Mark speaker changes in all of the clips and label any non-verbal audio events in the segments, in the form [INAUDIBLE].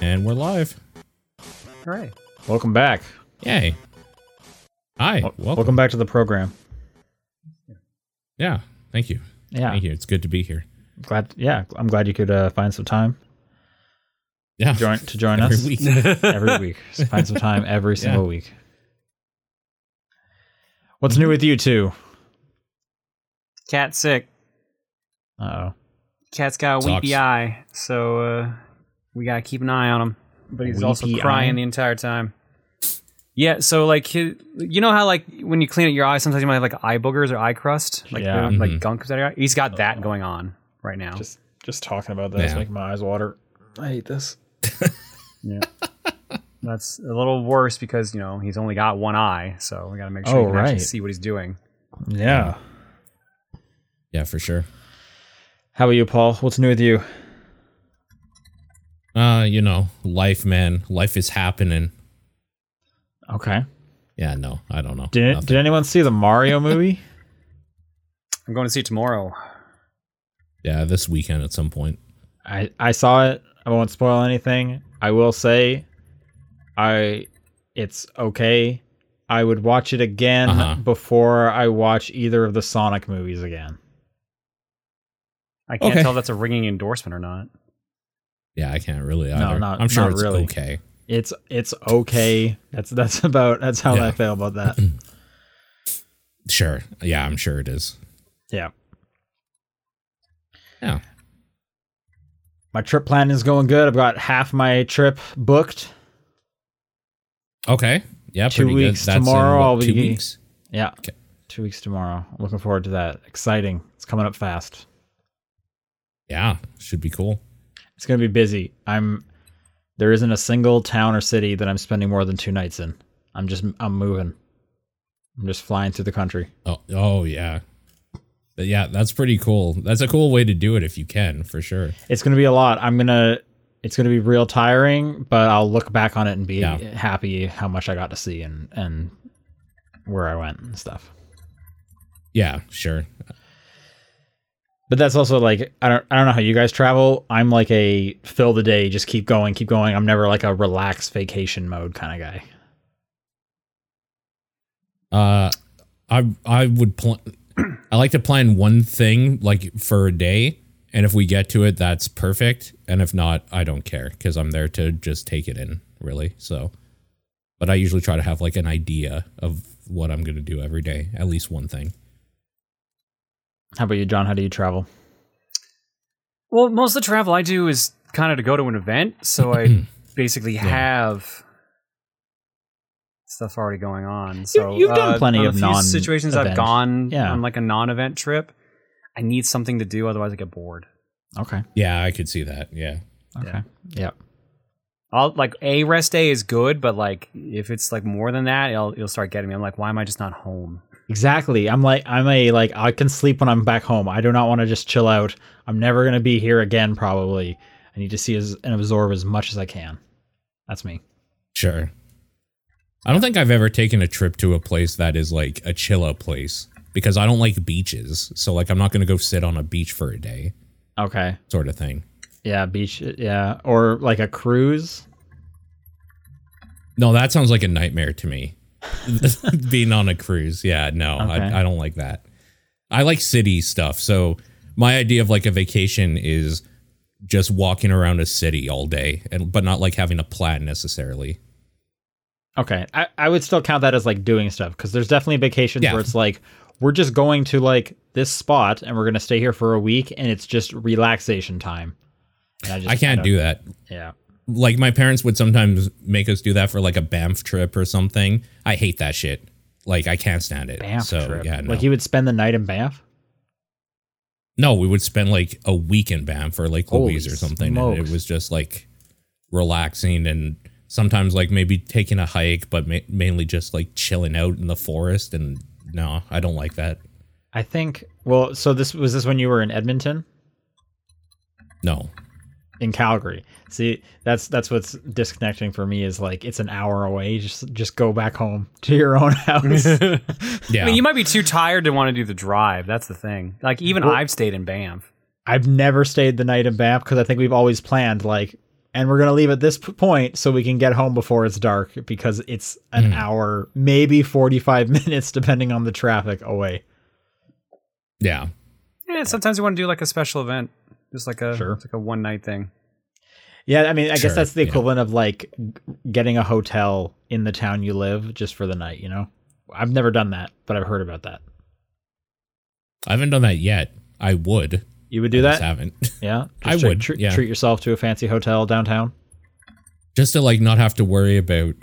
Speaker 1: And we're live.
Speaker 2: All right.
Speaker 3: Welcome back.
Speaker 1: Yay. Hi.
Speaker 3: Wel-
Speaker 1: welcome.
Speaker 3: Welcome back to the program.
Speaker 1: Yeah. Thank you.
Speaker 3: Yeah.
Speaker 1: Thank you. It's good to be here.
Speaker 3: Glad. Yeah, I'm glad you could uh, find some time
Speaker 1: Yeah.
Speaker 3: to join to join
Speaker 1: [LAUGHS] Every
Speaker 3: us
Speaker 1: week. [LAUGHS]
Speaker 3: every week. Just find some time every single week. What's new with you two?
Speaker 2: [LAUGHS] Cat's sick.
Speaker 3: Oh,
Speaker 2: Cat's got a
Speaker 1: Sucks.
Speaker 2: weepy eye, so uh, we gotta keep an eye on him. But he's also
Speaker 3: Weepy
Speaker 2: crying
Speaker 3: eye?
Speaker 2: the entire time. Yeah, so like hi- you know how like when you clean out your eye, sometimes you might have like eye boogers or eye crust, like
Speaker 3: Yeah. Mm-hmm. Oh.
Speaker 2: the- like
Speaker 1: Mhm.
Speaker 2: gunk comes out of your eye. He's got that going on right now.
Speaker 3: just just talking about that,
Speaker 1: Yeah.
Speaker 3: is making my eyes water. I hate this.
Speaker 2: That's a little worse because you know he's only got one eye, so we gotta make sure
Speaker 3: Oh,
Speaker 2: we can actually
Speaker 3: right.
Speaker 2: see what he's doing.
Speaker 3: Yeah.
Speaker 1: Yeah, for sure.
Speaker 3: How about you, Paul? What's new with you?
Speaker 1: Uh, you know, life, man. Life is happening.
Speaker 3: Okay.
Speaker 1: Yeah, no, I don't know.
Speaker 3: Did
Speaker 1: Nothing.
Speaker 3: Did anyone see
Speaker 1: [LAUGHS]
Speaker 3: the Mario movie?
Speaker 2: I'm going to see it tomorrow.
Speaker 1: yeah, this weekend at some point.
Speaker 3: I I saw it. I won't spoil anything. I will say, I it's okay. I would watch it again
Speaker 1: Uh-huh.
Speaker 3: before I watch either of the Sonic movies again.
Speaker 2: I can't
Speaker 1: Okay.
Speaker 2: tell if that's a ringing endorsement or not.
Speaker 1: Yeah, I can't really.
Speaker 3: No,
Speaker 1: Either.
Speaker 3: not-
Speaker 1: I'm sure
Speaker 3: not
Speaker 1: it's
Speaker 3: really.
Speaker 1: okay.
Speaker 3: It's it's okay. That's that's about that's how
Speaker 1: Yeah.
Speaker 3: I feel
Speaker 1: [LAUGHS]
Speaker 3: about that.
Speaker 1: Sure. Yeah, I'm sure it is.
Speaker 3: yeah.
Speaker 1: Yeah.
Speaker 3: My trip plan is going good. I've got half my trip booked.
Speaker 1: Okay. Yeah,
Speaker 3: Two
Speaker 1: pretty
Speaker 3: weeks.
Speaker 1: good. That's in,
Speaker 3: Tomorrow
Speaker 1: what,
Speaker 3: I'll
Speaker 1: two
Speaker 3: be-
Speaker 1: weeks.
Speaker 3: Yeah.
Speaker 1: Okay.
Speaker 3: Two weeks tomorrow. Looking forward to that. Exciting. It's coming up fast.
Speaker 1: Yeah, should be cool.
Speaker 3: It's gonna be busy. I'm. There isn't a single town or city that I'm spending more than two nights in. I'm just. I'm moving. I'm just flying through the country.
Speaker 1: Oh, oh yeah. But yeah, that's pretty cool. That's a cool way to do it if you can, for sure.
Speaker 3: It's gonna be a lot. I'm gonna. It's gonna be real tiring, but I'll look back on it and be
Speaker 1: Yeah.
Speaker 3: happy how much I got to see and and where I went and stuff.
Speaker 1: Yeah, sure.
Speaker 3: But that's also like I don't I don't know how you guys travel. I'm like a fill the day, just keep going, keep going. I'm never like a relaxed vacation mode kind of guy.
Speaker 1: Uh, I I would plan. [CLEARS THROAT] I like to plan one thing like for a day, and if we get to it, that's perfect. And if not, I don't care because I'm there to just take it in, really. So, but I usually try to have like an idea of what I'm gonna do every day, at least one thing.
Speaker 3: How about you, John? How do you travel?
Speaker 2: Well, most of the travel I do is kind of to go to an event, so
Speaker 3: [CLEARS THROAT]
Speaker 2: I basically have stuff already going on. So
Speaker 3: you've done plenty
Speaker 2: on
Speaker 3: of
Speaker 2: the few
Speaker 3: non-event.
Speaker 2: situations I've gone
Speaker 3: Yeah.
Speaker 2: on like a non-event trip. I need something to do, otherwise I get bored.
Speaker 3: Okay.
Speaker 1: Yeah, I could see that. Yeah,
Speaker 3: Okay.
Speaker 2: Yeah.
Speaker 3: yeah.
Speaker 2: I'll like a rest day is good, but like if it's like more than that, it'll it'll start getting me. I'm like, why am I just not home?
Speaker 3: Exactly. I'm like I'm a like I can sleep when I'm back home. I do not want to just chill out. I'm never gonna be here again. Probably. I need to see as, and absorb as much as I can. That's me.
Speaker 1: sure. I don't think I've ever taken a trip to a place that is like a chill out place because I don't like beaches. So like I'm not gonna go sit on a beach for a day,
Speaker 3: Okay.
Speaker 1: sort of thing.
Speaker 3: Yeah. Beach. Yeah. Or like a cruise.
Speaker 1: No, that sounds like a nightmare to
Speaker 3: [LAUGHS]
Speaker 1: me. [LAUGHS] Being on a cruise. Yeah, no,
Speaker 3: Okay.
Speaker 1: I, I don't like that. I like city stuff. So my idea of like a vacation is just walking around a city all day and but not like having a plan necessarily.
Speaker 3: Okay. I, I would still count that as like doing stuff because there's definitely vacations
Speaker 1: Yeah.
Speaker 3: where it's like we're just going to like this spot and we're gonna stay here for a week and it's just relaxation time. And just,
Speaker 1: I can't
Speaker 3: don't-
Speaker 1: do that.
Speaker 3: Yeah.
Speaker 1: Like my parents would sometimes make us do that for like a Banff trip or something. I hate that shit. Like I can't stand it.
Speaker 3: Banff
Speaker 1: so
Speaker 3: trip.
Speaker 1: yeah, no.
Speaker 3: Like you would spend the night in Banff.
Speaker 1: No, we would spend like a week in Banff or Lake
Speaker 3: Holy
Speaker 1: Louise or something. And
Speaker 3: smokes.
Speaker 1: it was just like relaxing and sometimes like maybe taking a hike, but ma- mainly just like chilling out in the forest. And no, I don't like that.
Speaker 3: I think. Well, so this was this when you were in Edmonton.
Speaker 1: No.
Speaker 3: in Calgary. See, that's that's what's disconnecting for me is like it's an hour away. Just just go back home [LAUGHS] to your own house.
Speaker 1: [LAUGHS] Yeah.
Speaker 2: I mean, you might be too tired to want to do the drive. That's the thing. Like even I've stayed in Banff.
Speaker 3: I've never stayed the night in Banff because I think we've always planned like and we're gonna leave at this p- point so we can get home before it's dark because it's an
Speaker 1: Hmm.
Speaker 3: hour, maybe forty-five [LAUGHS] minutes, depending on the traffic away.
Speaker 1: Yeah.
Speaker 2: Yeah, sometimes you want to do like a special event, just like a
Speaker 3: Sure.
Speaker 2: like a one night thing.
Speaker 3: Yeah, I mean, I
Speaker 1: Sure,
Speaker 3: guess that's the
Speaker 1: yeah.
Speaker 3: equivalent of like g- getting a hotel in the town you live just for the night. You know, I've never done that, but I've heard about that.
Speaker 1: I haven't done that yet. I would.
Speaker 3: You would do
Speaker 1: Just
Speaker 3: that?
Speaker 1: haven't. [LAUGHS]
Speaker 3: Yeah,
Speaker 1: I
Speaker 3: Just tr-
Speaker 1: would,
Speaker 3: tr-
Speaker 1: yeah.
Speaker 3: treat yourself to a fancy hotel downtown.
Speaker 1: just to like not have to worry about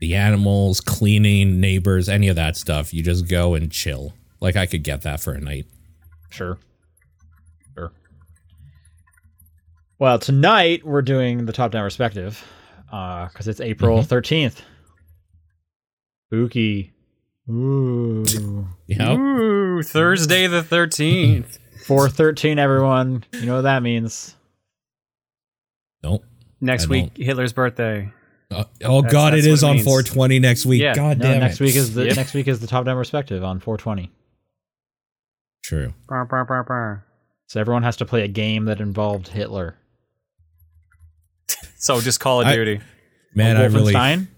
Speaker 1: the animals, cleaning, neighbors, any of that stuff. You just go and chill. Like I could get that for a night.
Speaker 3: Sure. Sure. Well, tonight we're doing the top down perspective because it's
Speaker 1: Mm-hmm.
Speaker 3: April 13th. Spooky.
Speaker 1: [LAUGHS] You
Speaker 3: Ooh.
Speaker 2: Mm-hmm.
Speaker 1: know?
Speaker 2: Ooh, Thursday the thirteenth.
Speaker 3: 413, everyone. You know what that means.
Speaker 1: Nope. [LAUGHS]
Speaker 2: Next
Speaker 1: I
Speaker 2: week, Hitler's birthday.
Speaker 1: Uh, oh
Speaker 2: That's-
Speaker 1: God,
Speaker 2: that's
Speaker 1: it is
Speaker 2: what it
Speaker 1: on
Speaker 2: means.
Speaker 1: 420 next week.
Speaker 2: Yeah.
Speaker 1: God
Speaker 3: No,
Speaker 1: damn
Speaker 3: next
Speaker 1: it.
Speaker 3: week is the
Speaker 2: Yeah.
Speaker 3: next week is the top down perspective on 420.
Speaker 1: true.
Speaker 2: Brr, brr, brr, brr.
Speaker 3: So everyone has to play a game that involved Hitler.
Speaker 2: So just Call of
Speaker 1: I-
Speaker 2: Duty.
Speaker 1: Man, I really, I,
Speaker 3: Wolfenstein?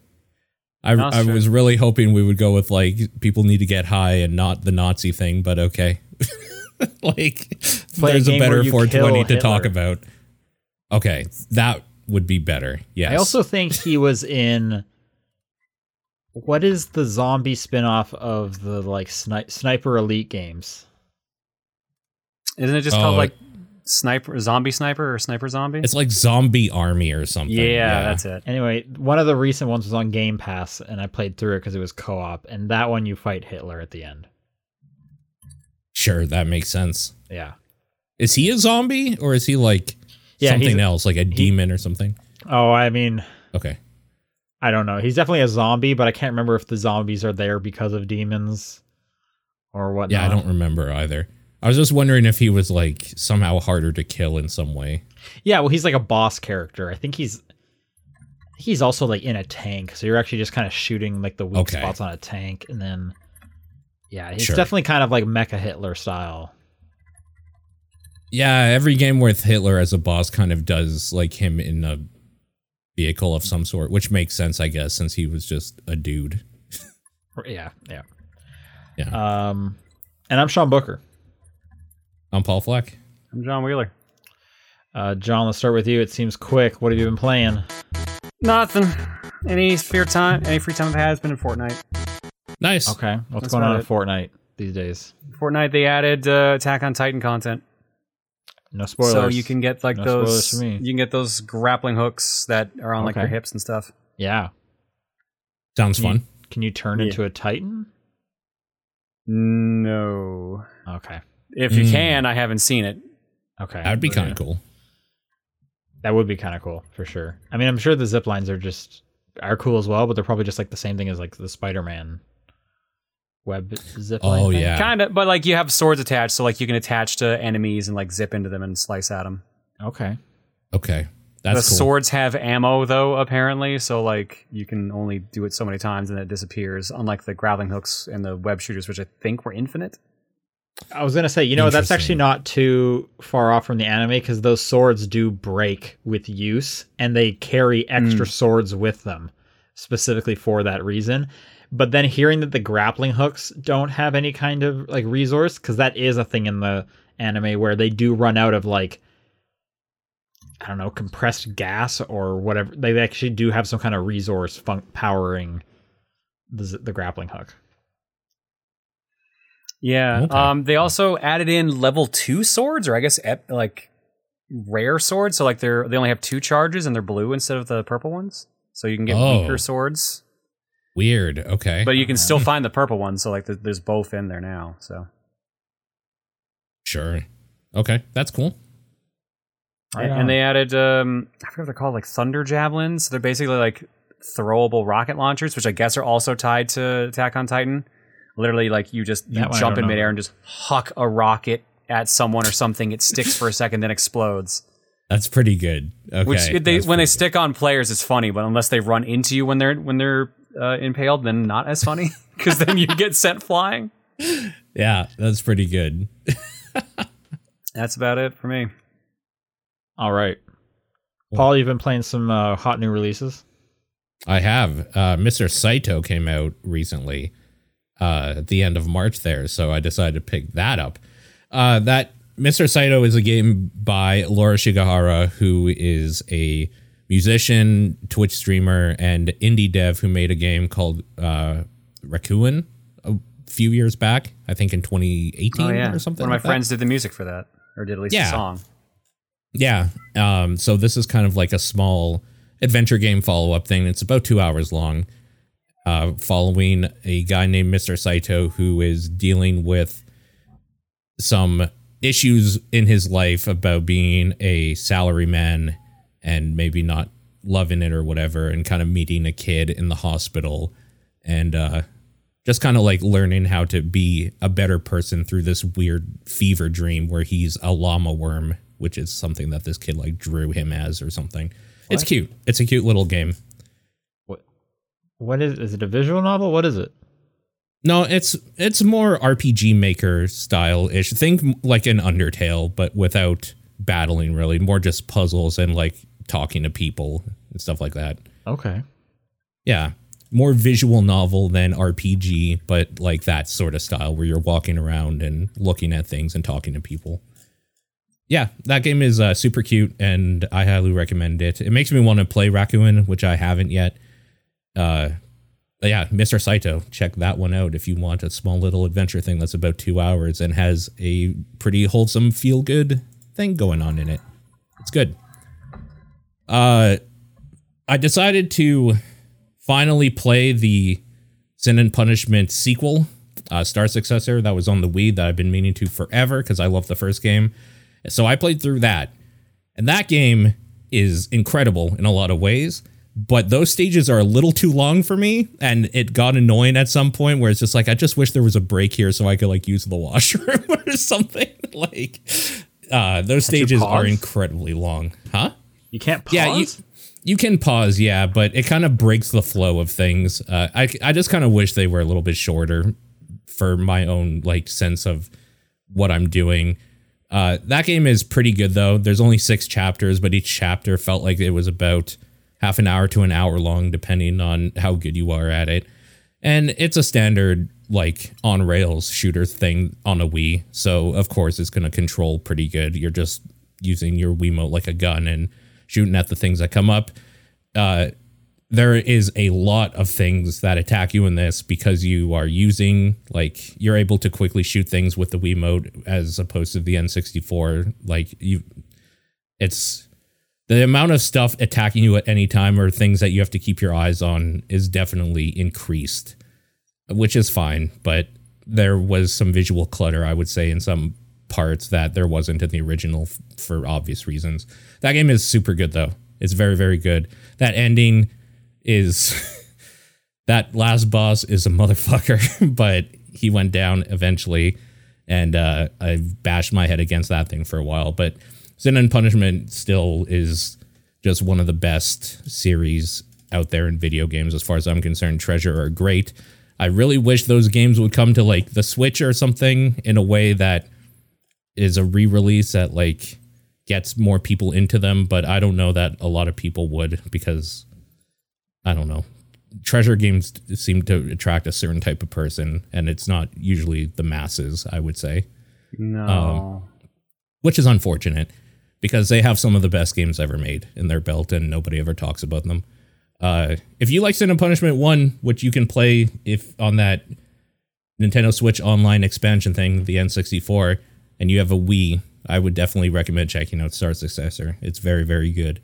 Speaker 2: No,
Speaker 1: I
Speaker 2: sure.
Speaker 1: was really hoping we would go with like people need to get high and not the Nazi thing, but okay. [LAUGHS] like
Speaker 3: Play a
Speaker 1: there's a,
Speaker 3: game where
Speaker 1: better
Speaker 3: you
Speaker 1: 420
Speaker 3: kill
Speaker 1: to talk
Speaker 3: Hitler.
Speaker 1: about. Okay, that would be better. Yes.
Speaker 3: I also think he was in. What is the zombie spin-off of the like sni- sniper elite games?
Speaker 2: Isn't it just
Speaker 1: Oh,
Speaker 2: called
Speaker 1: it-
Speaker 2: like sniper, zombie sniper, or sniper zombie?
Speaker 1: it's like zombie army or something.
Speaker 2: yeah, that's it.
Speaker 3: Anyway, one of the recent ones was on Game Pass, and I played through it because it was co-op. And that one, you fight Hitler at the end.
Speaker 1: Sure, that makes sense.
Speaker 3: Yeah.
Speaker 1: Is he a zombie or is he like
Speaker 3: Yeah, he's-
Speaker 1: something else, like a demon or something?
Speaker 3: Oh, I mean,
Speaker 1: Okay.
Speaker 3: I don't know. He's definitely a zombie, but I can't remember if the zombies are there because of demons or whatnot.
Speaker 1: Yeah, I don't remember either. I was just wondering if he was like somehow harder to kill in some way.
Speaker 3: Yeah, well, he's like a boss character. I think he's he's also like in a tank, so you're actually just kind of shooting like the weak
Speaker 1: Okay.
Speaker 3: spots on a tank, and then yeah, it's
Speaker 1: Sure.
Speaker 3: definitely kind of like Mecha Hitler style.
Speaker 1: Yeah, every game with Hitler as a boss kind of does like him in a vehicle of some sort, which makes sense, I guess, since he was just a dude.
Speaker 3: Or- Yeah, yeah,
Speaker 1: Yeah.
Speaker 3: Um, and I'm Sean Booker.
Speaker 1: I'm Paul Fleck.
Speaker 2: I'm John Wheeler.
Speaker 3: Uh, John, let's start with you. It seems quick. What have you been playing?
Speaker 2: Nothing. Any spare time, any free time I've had has been in Fortnite.
Speaker 1: Nice.
Speaker 3: Okay, what's
Speaker 2: That's
Speaker 3: going on
Speaker 2: about
Speaker 3: in Fortnite these days?
Speaker 2: Fortnite, they added uh, Attack on Titan content,
Speaker 3: No spoilers.
Speaker 2: so you can get like
Speaker 3: No spoilers
Speaker 2: those.
Speaker 3: for me.
Speaker 2: You can get those grappling hooks that are on like
Speaker 3: Okay.
Speaker 2: your hips and stuff.
Speaker 3: yeah.
Speaker 1: Sounds
Speaker 3: Can you-
Speaker 1: fun.
Speaker 3: Can you turn
Speaker 2: Yeah.
Speaker 3: into a Titan?
Speaker 2: No,
Speaker 3: Okay.
Speaker 2: if you
Speaker 1: Mm.
Speaker 2: can, I haven't seen it.
Speaker 3: Okay.
Speaker 1: That would be
Speaker 3: Yeah.
Speaker 1: kind of cool.
Speaker 3: That would be kind of cool for sure. I mean, I'm sure the zip lines are just are cool as well, but they're probably just like the same thing as like the Spider-Man web zip line.
Speaker 1: Oh,
Speaker 3: thing.
Speaker 1: yeah.
Speaker 2: Kind of, but like you have swords attached, so like you can attach to enemies and like zip into them and slice at them.
Speaker 3: Okay.
Speaker 1: Okay. That's
Speaker 2: the
Speaker 1: cool.
Speaker 2: swords have ammo though, apparently, so like you can only do it so many times and it disappears. Unlike the grappling hooks and the web shooters, which I think were infinite.
Speaker 3: I was gonna say, you know, that's actually
Speaker 1: Interesting.
Speaker 3: not too far off from the anime because those swords do break with use, and they carry extra swords with them, specifically for that reason. But then hearing that the grappling hooks don't have any kind of like resource, because that is a thing in the anime where they do run out of like I don't know compressed gas or whatever. They actually do have some kind of resource fun- powering the, z- the grappling hook.
Speaker 2: Yeah.
Speaker 1: Okay.
Speaker 2: Um. They also added in level two swords, or I guess ep- like rare swords. So like they're they only have two charges and they're blue instead of the purple ones. So you can get
Speaker 1: Oh.
Speaker 2: weaker swords,
Speaker 1: Weird. Okay.
Speaker 2: but you can still find the purple one. So like th- there's both in there now. So
Speaker 1: sure. Okay. That's cool.
Speaker 3: Right
Speaker 2: and
Speaker 3: on.
Speaker 2: they added um I forget what they're called, like thunder javelins. They're basically like throwable rocket launchers, which I guess are also tied to Attack on Titan. Literally, like you just you
Speaker 3: That one I
Speaker 2: jump
Speaker 3: don't
Speaker 2: in
Speaker 3: know.
Speaker 2: midair and just huck a rocket at someone or something. It sticks for a second, then explodes.
Speaker 1: That's pretty good. Okay.
Speaker 2: which they
Speaker 1: that's
Speaker 2: when they
Speaker 1: pretty
Speaker 2: stick on players, it's funny, but unless they run into you when they're when they're uh, impaled, then not as funny [LAUGHS] because then you get sent flying.
Speaker 1: good. Yeah, that's pretty good.
Speaker 2: That's about it for me.
Speaker 3: All right. Paul, you've been playing some uh, hot new releases.
Speaker 1: I have. Uh, Mr. Saito came out recently uh, at the end of March there, so I decided to pick that up. Uh, that Mr. Saito is a game by Laura Shigahara, who is a musician, Twitch streamer, and indie dev who made a game called uh, Raccoon a few years back, I think in 2018
Speaker 2: Oh yeah,
Speaker 1: or something.
Speaker 2: One of my
Speaker 1: like that.
Speaker 2: friends did the music for that, or did at least
Speaker 1: Yeah.
Speaker 2: a song.
Speaker 1: Yeah. Um, so this is kind of like a small adventure game follow up thing. It's about two hours long, uh, following a guy named Mr. Saito who is dealing with some issues in his life about being a salaryman and maybe not loving it or whatever, and kind of meeting a kid in the hospital and uh, just kind of like learning how to be a better person through this weird fever dream where he's a llama worm, which is something that this kid like drew him as or something. It's cute. It's a cute little game.
Speaker 3: What? What is? Is it a visual novel? What is it?
Speaker 1: No, it's it's more RPG maker style ish. Think m- like an Undertale, but without battling really. More just puzzles and like talking to people and stuff like that.
Speaker 3: Okay.
Speaker 1: Yeah. More visual novel than RPG, but like that sort of style where you're walking around and looking at things and talking to people. Yeah, that game is uh, super cute and I highly recommend it. It makes me want to play Raccoon, which I haven't yet. Uh, but yeah, Mr. Saito, check that one out if you want a small little adventure thing that's about two hours and has a pretty wholesome feel good thing going on in it. It's good. Uh, I decided to finally play the Sin and Punishment sequel, uh, Star Successor, that was on the Wii that I've been meaning to forever because I love the first game. So I played through that. And that game is incredible in a lot of ways, but those stages are a little too long for me. And it got annoying at some point where it's just like, I just wish there was a break here so I could like use the washroom [LAUGHS] or something. like, uh, those stages are
Speaker 3: pause?
Speaker 1: incredibly long. Huh?
Speaker 3: You can't pause.
Speaker 1: Yeah, you, you can pause, yeah, but it kind of breaks the flow of things. Uh, I I just kind of wish they were a little bit shorter for my own like sense of what I'm doing. Uh, that game is pretty good though. There's only six chapters, but each chapter felt like it was about half an hour to an hour long, depending on how good you are at it. And it's a standard like on rails shooter thing on a Wii, so of course it's gonna control pretty good. You're just using your Wiimote like a gun and shooting at the things that come up. Uh, there is a lot of things that attack you in this because you are using like you're able to quickly shoot things with the Wiimote as opposed to the N64. Like you it's the amount of stuff attacking you at any time or things that you have to keep your eyes on is definitely increased, which is fine, but there was some visual clutter, I would say, in some parts that there wasn't in the original f- for obvious reasons. That game is super good, though. It's very, very good. That ending is. [LAUGHS] that last boss is a motherfucker, [LAUGHS] but he went down eventually, and uh, I've bashed my head against that thing for a while. But Sin and Punishment still is just one of the best series out there in video games, as far as I'm concerned. Treasure are great. I really wish those games would come to like the Switch or something in a way that is a re-release that like gets more people into them. But I don't know that a lot of people would because I don't know treasure games seem to attract a certain type of person, and it's not usually the masses, I would say,
Speaker 2: No,
Speaker 1: Um, which is unfortunate because they have some of the best games ever made in their belt, and nobody ever talks about them. Uh, if you like Sin and Punishment One, which you can play if on that Nintendo Switch Online expansion thing, the N64, and you have a Wii, I would definitely recommend checking out Star Successor. It's very, very good.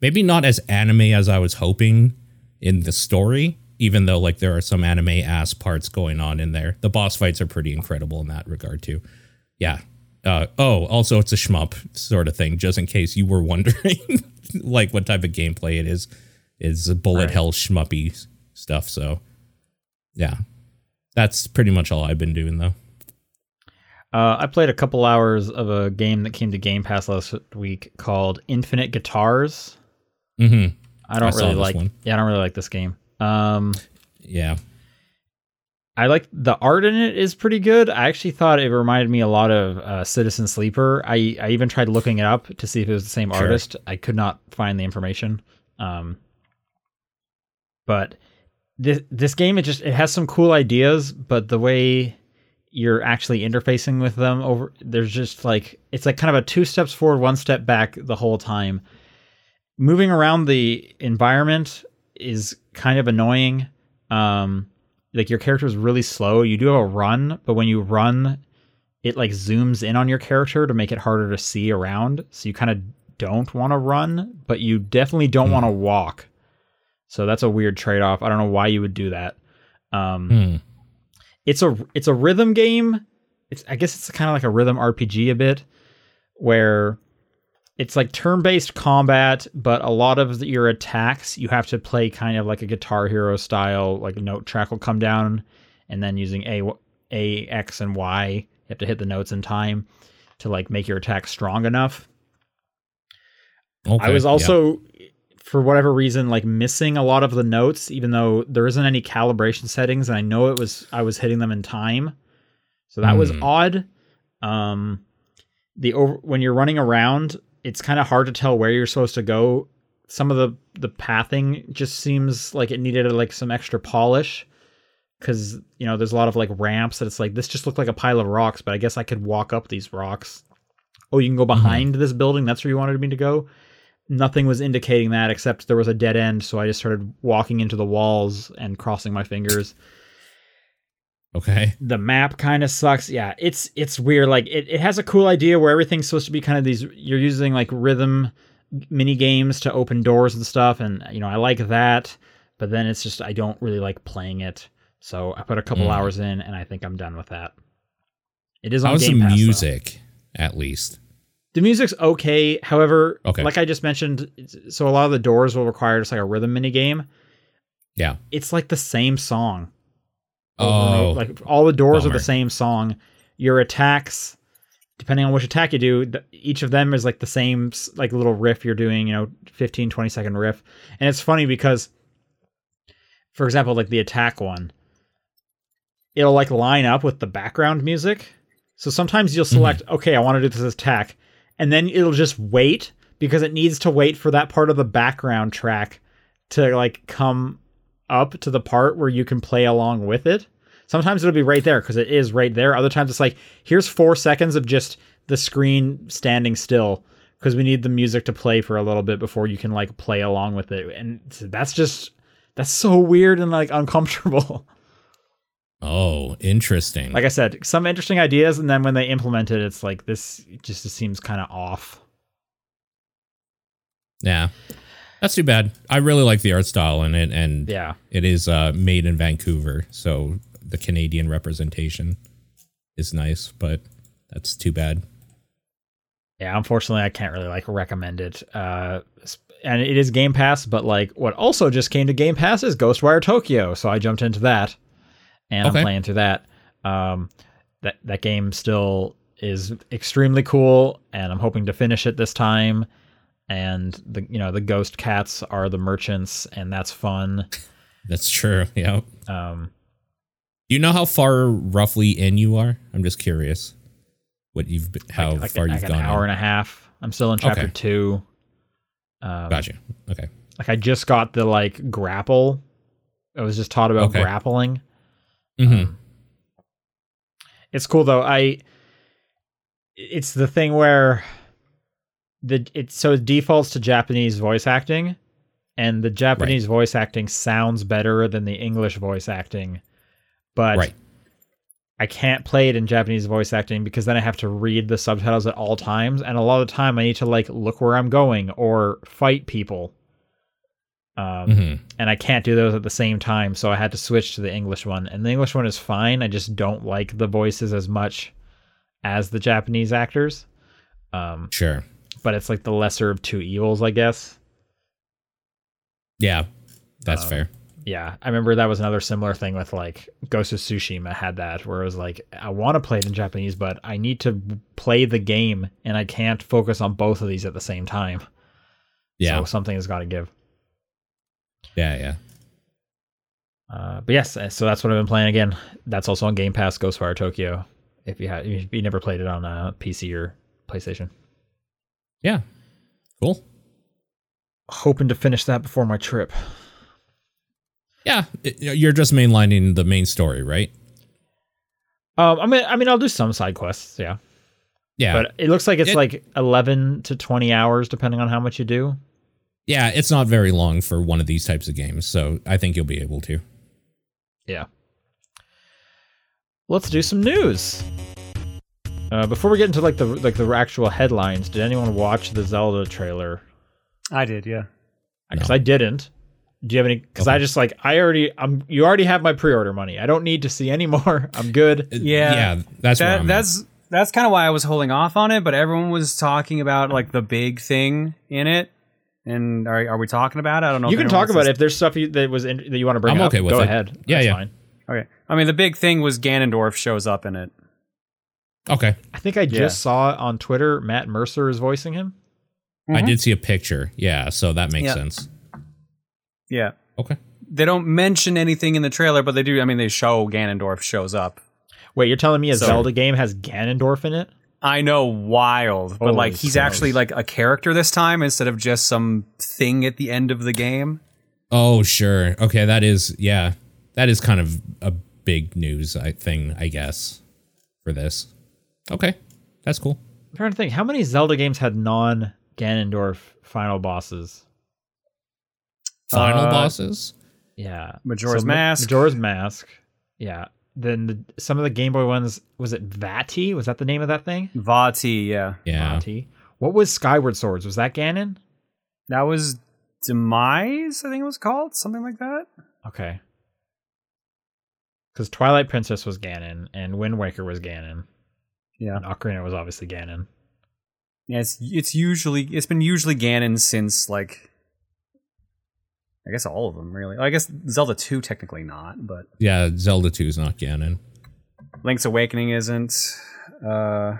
Speaker 1: Maybe not as anime as I was hoping in the story, even though like there are some anime ass parts going on in there. The boss fights are pretty incredible in that regard too. Yeah. Uh, oh, also it's a shmup sort of thing, just in case you were [LAUGHS] wondering like what type of gameplay it is. It's a bullet hell shmuppy s- stuff. So yeah, that's pretty much all I've been doing though.
Speaker 3: Uh, I played a couple hours of a game that came to Game Pass last week called Infinite Guitars.
Speaker 1: hmm
Speaker 3: I don't
Speaker 1: I saw
Speaker 3: really
Speaker 1: this
Speaker 3: like.
Speaker 1: one.
Speaker 3: Yeah, I don't really like this game. Um,
Speaker 1: Yeah.
Speaker 3: I like the art in it is pretty good. I actually thought it reminded me a lot of uh, Citizen Sleeper. I I even tried looking it up to see if it was the same
Speaker 1: Sure.
Speaker 3: artist. I could not find the information. Um, but this this game it just it has some cool ideas, but the way you're actually interfacing with them over there's just like it's like kind of a two steps forward, one step back the whole time. Moving around the environment is kind of annoying. Um, like your character is really slow. You do have a run, but when you run, it like zooms in on your character to make it harder to see around. So you kind of don't want to run, but you definitely don't want to walk. So that's a weird trade off. I don't know why you would do that. Um,
Speaker 1: Hmm.
Speaker 3: it's a it's a rhythm game. It's I guess it's kind of like a rhythm RPG a bit, where it's like turn-based combat, but a lot of your attacks you have to play kind of like a Guitar Hero style. Like a note track will come down, and then using a a x and y, you have to hit the notes in time to like make your attack strong enough.
Speaker 1: Okay,
Speaker 3: I was
Speaker 1: yeah.
Speaker 3: also, for whatever reason, like missing a lot of the notes, even though there isn't any calibration settings, and I know it was I was hitting them in time, so that was
Speaker 1: Hmm.
Speaker 3: odd. Um, the over when you're running around, it's kind of hard to tell where you're supposed to go. Some of the the pathing just seems like it needed like some extra polish, because you know there's a lot of like ramps that it's like this just looked like a pile of rocks, but I guess I could walk up these rocks. Oh, you can go behind this building. That's where you wanted me to go nothing was indicating that except there was a dead end so i just started walking into the walls and crossing my fingers
Speaker 1: okay.
Speaker 3: the map kind of sucks yeah it's it's weird like it, it has a cool idea where everything's supposed to be kind of these you're using like rhythm mini games to open doors and stuff and you know i like that but then it's just i don't really like playing it so i put a couple
Speaker 1: Mm.
Speaker 3: hours in and i think i'm done with that it is on
Speaker 1: How's the
Speaker 3: Game Pass, though.
Speaker 1: music? At least.
Speaker 3: The music's okay. However,
Speaker 1: Okay.
Speaker 3: like I just mentioned, it's- so a lot of the doors will require just like a rhythm mini game.
Speaker 1: Yeah.
Speaker 3: It's like the same song. over and
Speaker 1: Oh,
Speaker 3: over. like all the doors are
Speaker 1: bummer.
Speaker 3: the same song. Your attacks, depending on which attack you do, th- each of them is like the same s- like little riff you're doing, you know, 15 20 second riff. And it's funny because for example, like the attack one, it'll like line up with the background music. So sometimes you'll select, okay, I want to do this attack, and then it'll just wait because it needs to wait for that part of the background track to like come up to the part where you can play along with it. Sometimes it'll be right there because it is right there. Other times it's like, here's four seconds of just the screen standing still because we need the music to play for a little bit before you can like play along with it. And so that's just, that's so weird and like uncomfortable. [LAUGHS]
Speaker 1: oh, interesting.
Speaker 3: like I said, some interesting ideas. And then when they implement it, it's like, this just seems kind of off.
Speaker 1: yeah, that's too bad. I really like the art style in it, and
Speaker 3: Yeah.
Speaker 1: it is uh, made in Vancouver, so the Canadian representation is nice, but that's too bad.
Speaker 3: Yeah, unfortunately, I can't really like recommend it. Uh, sp- and it is Game Pass, but like what also just came to Game Pass is Ghostwire Tokyo, so I jumped into that, and
Speaker 1: Okay.
Speaker 3: I'm playing through that. Um, that that game still is extremely cool, and I'm hoping to finish it this time. And the you know the ghost cats are the merchants, and that's fun.
Speaker 1: That's true. [LAUGHS] Yeah.
Speaker 3: Um,
Speaker 1: Do you know how far roughly in you are? I'm just curious. What you've been, how
Speaker 3: like,
Speaker 1: far
Speaker 3: like
Speaker 1: you've
Speaker 3: an
Speaker 1: gone?
Speaker 3: hour and a half. I'm still in chapter
Speaker 1: Okay.
Speaker 3: two. Um,
Speaker 1: Gotcha. Okay.
Speaker 3: Like I just got the like grapple. I was just taught about
Speaker 1: Okay.
Speaker 3: grappling.
Speaker 1: hmm
Speaker 3: Um, It's cool though. I it's the thing where the it so it defaults to Japanese voice acting and the Japanese voice acting sounds better than the English voice acting. But
Speaker 1: Right.
Speaker 3: I can't play it in Japanese voice acting because then I have to read the subtitles at all times and a lot of the time I need to like look where I'm going or fight people. Um
Speaker 1: hmm
Speaker 3: and I can't do those at the same time, so I had to switch to the English one. And the English one is fine. I just don't like the voices as much as the Japanese actors. Um,
Speaker 1: Sure.
Speaker 3: but it's like the lesser of two evils, I guess.
Speaker 1: Yeah. That's
Speaker 3: Um,
Speaker 1: fair.
Speaker 3: Yeah, I remember that was another similar thing with like Ghost of Tsushima had that, where it was like I want to play it in Japanese, but I need to play the game, and I can't focus on both of these at the same time.
Speaker 1: Yeah.
Speaker 3: so something has got to give.
Speaker 1: yeah. Yeah.
Speaker 3: Uh, but yes, so that's what I've been playing again. That's also on Game Pass, Ghostwire Tokyo. If you had, if you never played it on uh, PC or PlayStation,
Speaker 1: Yeah. Cool.
Speaker 3: hoping to finish that before my trip.
Speaker 1: Yeah. it- you're just mainlining the main story, right?
Speaker 3: Um, I mean, I mean, I'll do some side quests, yeah.
Speaker 1: Yeah.
Speaker 3: But it looks like it's
Speaker 1: It-
Speaker 3: like eleven to twenty hours, depending on how much you do.
Speaker 1: yeah. It's not very long for one of these types of games. So I think you'll be able to.
Speaker 3: Yeah. Let's do some news. Uh, before we get into like the like the actual headlines, did anyone watch the Zelda trailer?
Speaker 2: I did, yeah.
Speaker 3: Because I didn't. Do you have any? Because I
Speaker 1: Okay.
Speaker 3: just like I already I'm you already have my pre-order money. I don't need to see any [LAUGHS] more. I'm good.
Speaker 1: It-
Speaker 2: Yeah.
Speaker 1: Yeah. That's where
Speaker 2: That,
Speaker 1: I'm at.
Speaker 2: that's that's kind of why I was holding off on it, but everyone was talking about like the big thing in it. And are, are we talking about it? I don't know.
Speaker 3: You
Speaker 2: if
Speaker 3: can
Speaker 2: anyone
Speaker 3: talk
Speaker 2: wants
Speaker 3: about
Speaker 2: to-
Speaker 3: it if there's stuff you, that was in, that you want to bring
Speaker 1: I'm
Speaker 3: up.
Speaker 1: okay with
Speaker 3: go
Speaker 1: it.
Speaker 3: ahead.
Speaker 1: Yeah,
Speaker 3: That's
Speaker 1: yeah.
Speaker 3: Fine.
Speaker 2: Okay. I mean, the big thing was Ganondorf shows up in it.
Speaker 1: Okay.
Speaker 3: I think I
Speaker 2: Yeah.
Speaker 3: just saw on Twitter Matt Mercer is voicing him.
Speaker 1: I
Speaker 2: Mhm.
Speaker 1: did see a picture. Yeah. So that makes
Speaker 2: Yeah.
Speaker 1: sense.
Speaker 2: Yeah.
Speaker 1: Okay.
Speaker 2: They don't mention anything in the trailer, but they do. I mean, they show Ganondorf shows up.
Speaker 3: Wait, you're telling me a
Speaker 2: So-
Speaker 3: Zelda game has Ganondorf in it?
Speaker 2: I know, wild, but
Speaker 3: Holy
Speaker 2: like he's
Speaker 3: smokes.
Speaker 2: actually like a character this time instead of just some thing at the end of the game.
Speaker 1: Oh, sure. Okay. That is, yeah. That is kind of a big news I, thing, I guess, for this. Okay. That's cool.
Speaker 3: I'm trying to think. How many Zelda games had non Ganondorf final bosses?
Speaker 1: Final
Speaker 2: Uh,
Speaker 1: bosses?
Speaker 3: Yeah.
Speaker 2: Majora's
Speaker 3: So Ma-
Speaker 2: Mask.
Speaker 3: Majora's Mask. Yeah. Then the, some of the Game Boy ones was it Vati? Was that the name of that thing?
Speaker 2: Vati, yeah,
Speaker 1: Yeah.
Speaker 3: Vati. What was Skyward Swords? Was that Ganon?
Speaker 2: that was demise. I think it was called something like that.
Speaker 3: Okay. Because Twilight Princess was Ganon and Wind Waker was Ganon.
Speaker 2: Yeah.
Speaker 3: And Ocarina was obviously Ganon.
Speaker 2: Yeah, it's it's usually it's been usually Ganon since like, I guess all of them really. I guess Zelda two technically not, but
Speaker 1: Yeah. Zelda 2 is not Ganon.
Speaker 2: Link's Awakening isn't. Uh,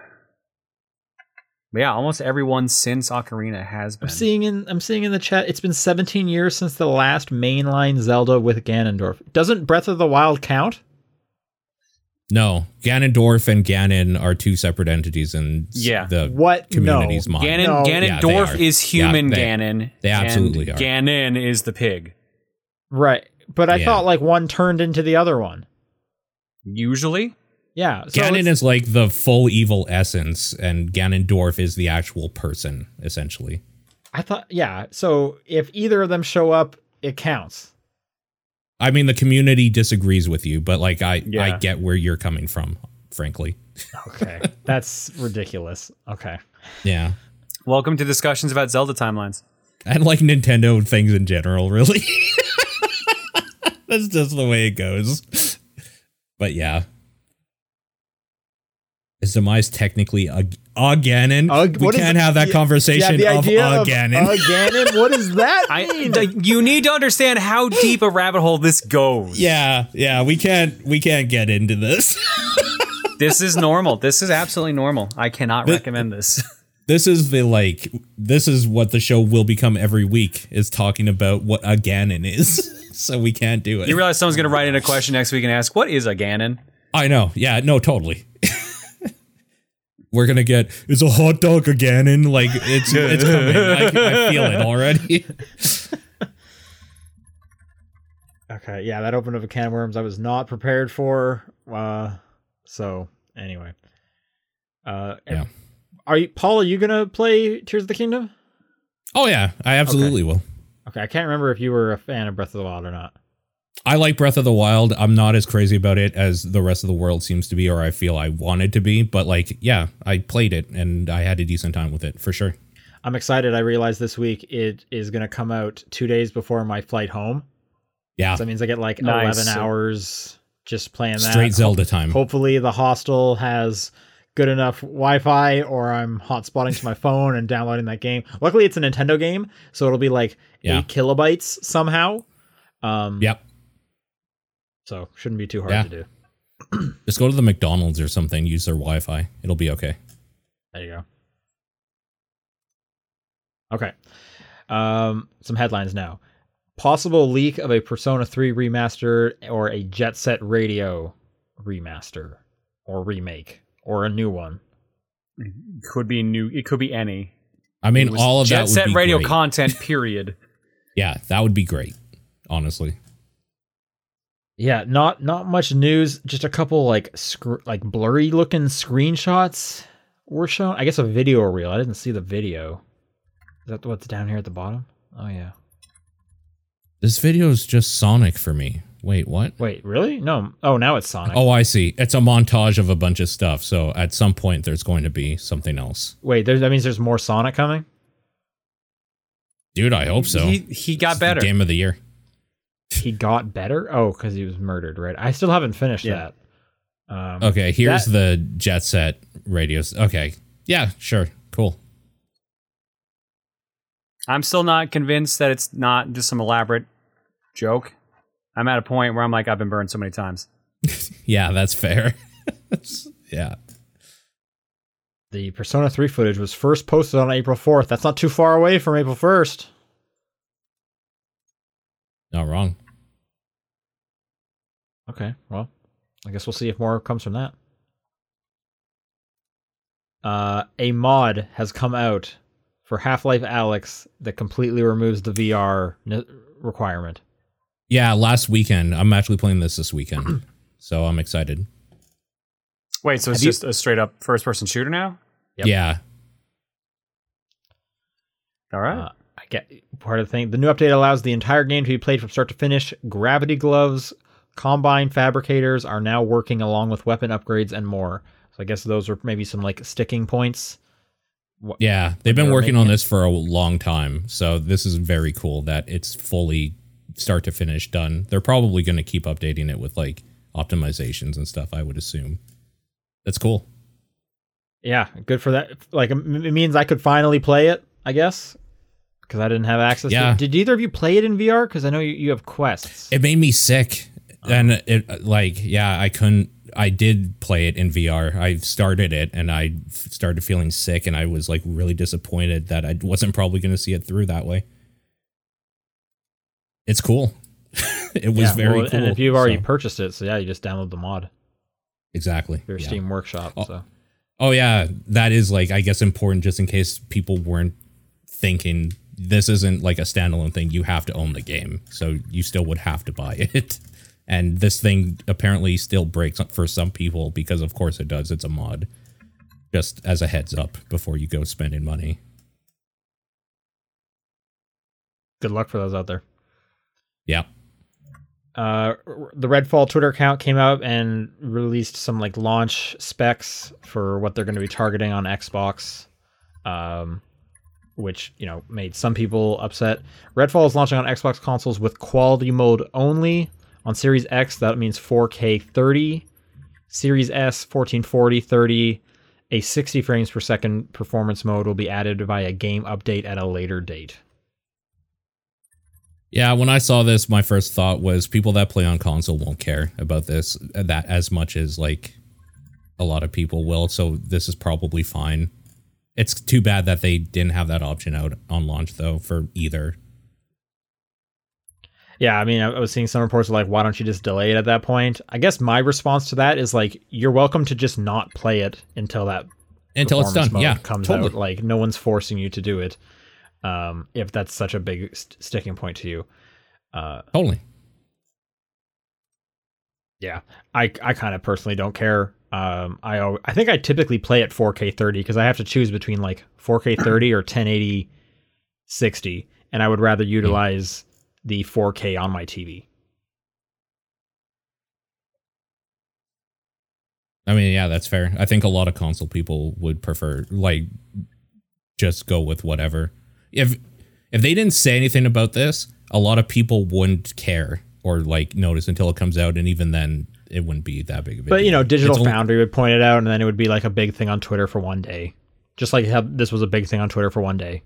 Speaker 2: but yeah, almost everyone since Ocarina has been.
Speaker 3: I'm seeing in I'm seeing in the chat. It's been 17 years since the last mainline Zelda with Ganondorf. Doesn't Breath of the Wild count?
Speaker 1: No, Ganondorf and Ganon are two separate entities in s-
Speaker 2: Yeah.
Speaker 1: the
Speaker 3: What?
Speaker 1: community's
Speaker 3: no.
Speaker 1: mind.
Speaker 2: Ganon,
Speaker 3: No.
Speaker 1: Yeah, they
Speaker 2: Ganondorf
Speaker 1: are.
Speaker 2: is human
Speaker 1: Yeah, they-
Speaker 2: Ganon.
Speaker 1: they
Speaker 2: and
Speaker 1: absolutely are.
Speaker 2: Ganon is the pig.
Speaker 3: Right. But I
Speaker 1: Yeah.
Speaker 3: thought like one turned into the other one.
Speaker 2: Usually,
Speaker 3: Yeah. So
Speaker 1: Ganon
Speaker 3: it's-
Speaker 1: is like the full evil essence, and Ganondorf is the actual person, essentially.
Speaker 3: I thought yeah. So if either of them show up, it counts.
Speaker 1: I mean, the community disagrees with you, but like, I I
Speaker 2: Yeah.
Speaker 1: get where you're coming from, frankly.
Speaker 3: Okay. That's ridiculous. Okay.
Speaker 1: Yeah,
Speaker 2: welcome to discussions about Zelda timelines.
Speaker 1: and like Nintendo things in general, really. [LAUGHS] That's just the way it goes. But yeah. Is demise technically a, a Ganon?
Speaker 3: A-
Speaker 1: we
Speaker 3: what is-
Speaker 1: can't have that
Speaker 3: yeah,
Speaker 1: conversation of a
Speaker 3: [LAUGHS]
Speaker 1: Ganon.
Speaker 3: a Ganon. What does that
Speaker 2: I,
Speaker 3: mean?
Speaker 2: like, you need to understand how deep a rabbit hole this goes.
Speaker 1: Yeah, yeah, we can't we can't get into this.
Speaker 2: This is normal. This is absolutely normal. I cannot recommend this. [LAUGHS]
Speaker 1: this is the like this is what the show will become every week is talking about what a Ganon is. [LAUGHS] so we can't do it.
Speaker 2: You realize someone's going to write in a question next week and ask, "What is a Ganon?"
Speaker 1: I know. Yeah, no, totally. [LAUGHS] We're gonna get it's a hot dog a Ganon. Like it's it's coming. I, I feel
Speaker 3: [LAUGHS]
Speaker 1: it already.
Speaker 3: Okay, yeah, that opened up a can of worms I was not prepared for. Uh, so anyway, uh,
Speaker 1: Yeah.
Speaker 3: Are you, Paul? Are you gonna play Tears of the Kingdom?
Speaker 1: Oh yeah, I absolutely will.
Speaker 3: Okay, I can't remember if you were a fan of Breath of the Wild or not.
Speaker 1: I like Breath of the Wild. I'm not as crazy about it as the rest of the world seems to be, or I feel I wanted to be. But like, yeah, I played it and I had a decent time with it for sure.
Speaker 3: I'm excited. I realized this week it is gonna come out two days before my flight home.
Speaker 1: Yeah,
Speaker 3: So that means I get like
Speaker 2: Nice.
Speaker 3: 11 hours just playing that.
Speaker 1: straight Zelda time.
Speaker 3: Hopefully, the hostel has good enough Wi-Fi, or I'm hotspotting to my phone and downloading that game. Luckily, it's a Nintendo game, so it'll be like
Speaker 1: Yeah.
Speaker 3: eight kilobytes somehow. Um,
Speaker 1: Yep.
Speaker 3: So shouldn't be too hard
Speaker 1: Yeah.
Speaker 3: to do.
Speaker 1: Just go to the McDonald's or something. Use their Wi-Fi. It'll be okay.
Speaker 3: There you go. Okay. Um, some headlines now. Possible leak of a Persona 3 remaster or a Jet Set Radio remaster or remake or a new one.
Speaker 2: Could be new. It could be any.
Speaker 1: I mean, all of
Speaker 2: Jet
Speaker 1: that would
Speaker 2: Set
Speaker 1: be
Speaker 2: Radio
Speaker 1: great.
Speaker 2: content.
Speaker 1: [LAUGHS]
Speaker 2: Period.
Speaker 1: yeah, that would be great. Honestly,
Speaker 3: Yeah, not not much news. Just a couple like scr- like blurry looking screenshots were shown. I guess a video reel. I didn't see the video. Is that what's down here at the bottom? Oh yeah.
Speaker 1: this video is just Sonic for me. Wait, what?
Speaker 3: Wait, really? No. Oh, now it's Sonic.
Speaker 1: Oh, I see. It's a montage of a bunch of stuff. So at some point, there's going to be something else.
Speaker 3: Wait, there's, that means there's more Sonic coming.
Speaker 1: Dude, I hope so.
Speaker 2: he he
Speaker 1: It's
Speaker 2: got
Speaker 1: the
Speaker 2: better.
Speaker 1: Game of the year.
Speaker 3: He got better. Oh, because he was murdered, right? I still haven't finished
Speaker 2: Yeah.
Speaker 3: that. Um,
Speaker 1: Okay, here's the Jet Set radios. Okay, yeah, sure, cool.
Speaker 2: I'm still not convinced that it's not just some elaborate joke. I'm at a point where I'm like, I've been burned so many times.
Speaker 1: Yeah, that's fair. [LAUGHS] It's- yeah,
Speaker 3: The Persona 3 footage was first posted on April 4th. That's not too far away from April 1st.
Speaker 1: not wrong.
Speaker 3: Okay, well, I guess we'll see if more comes from that. Uh, a mod has come out for Half Life Alex that completely removes the VR ne- requirement.
Speaker 1: Yeah, last weekend. I'm actually playing this this weekend, [CLEARS THROAT] so I'm excited.
Speaker 2: Wait, so it's
Speaker 3: Have you-
Speaker 2: just a straight up first person shooter now?
Speaker 3: Yep.
Speaker 1: Yeah,
Speaker 2: All right.
Speaker 3: Uh, I get part of the thing. The new update allows the entire game to be played from start to finish. Gravity gloves, combine fabricators are now working along with weapon upgrades and more. So I guess those are maybe some like sticking points.
Speaker 1: yeah. They've
Speaker 3: They
Speaker 1: been
Speaker 3: were
Speaker 1: working on
Speaker 3: making it.
Speaker 1: this for a long time, so this is very cool that it's fully start to finish done. They're probably going to keep updating it with like optimizations and stuff. I would assume. That's cool.
Speaker 3: Yeah, good for that. Like it m- it means I could finally play it, I guess, because I didn't have access. to
Speaker 1: Yeah.
Speaker 3: it. Did either of you play it in VR? Because I know you, you have quests.
Speaker 1: It made me sick. And it like yeah, I couldn't. I did play it in VR. I started it and I f- started feeling sick, and I was like really disappointed that I wasn't probably going to see it through that way. It's cool. [LAUGHS] it was
Speaker 3: Yeah,
Speaker 1: very
Speaker 3: well,
Speaker 1: cool.
Speaker 3: And if you've already
Speaker 1: so-
Speaker 3: purchased it, so yeah, you just download the mod
Speaker 1: exactly
Speaker 3: for your
Speaker 1: yeah.
Speaker 3: Steam Workshop.
Speaker 1: Oh.
Speaker 3: So
Speaker 1: Oh yeah, that is like I guess important just in case people weren't thinking this isn't like a standalone thing. You have to own the game, so you still would have to buy [LAUGHS] it. And this thing apparently still breaks for some people because of course it does. It's a mod. Just as a heads up before you go spending money.
Speaker 3: good luck for those out there.
Speaker 1: Yeah.
Speaker 3: uh, the Redfall Twitter account came out and released some like launch specs for what they're going to be targeting on Xbox, um, which you know made some people upset. Redfall is launching on Xbox consoles with quality mode only. On Series X, that means 4K 30, Series S 1440 30. A 60 frames per second performance mode will be added by a game update at a later date.
Speaker 1: Yeah, when I saw this, my first thought was people that play on console won't care about this uh, that as much as like a lot of people will. So this is probably fine. It's too bad that they didn't have that option out on launch though for either.
Speaker 3: Yeah, I mean, I I was seeing some reports like, why don't you just delay it at that point? I guess my response to that is like, you're welcome to just not play it until that
Speaker 1: Until it's
Speaker 3: performance
Speaker 1: done.
Speaker 3: mode
Speaker 1: Yeah.
Speaker 3: comes out.
Speaker 1: totally.
Speaker 3: Like, no one's forcing you to do it. Um, if that's such a big st- sticking point to you, uh,
Speaker 1: Totally.
Speaker 3: yeah, I I kind of personally don't care. Um, I al- I think I typically play at 4K 30 because I have to choose between like 4K 30 or 1080 60, and I would rather utilize the 4K on my TV.
Speaker 1: I mean, yeah, that's fair. I think a lot of console people would prefer like just go with whatever. If if they didn't say anything about this, a lot of people wouldn't care or like notice until it comes out, and even then, it wouldn't be that big of a.
Speaker 3: But you
Speaker 1: deal.
Speaker 3: know, Digital
Speaker 1: It's only-
Speaker 3: Foundry would point it out, and then it would be like a big thing on Twitter for one day, just like how this was a big thing on Twitter for one day.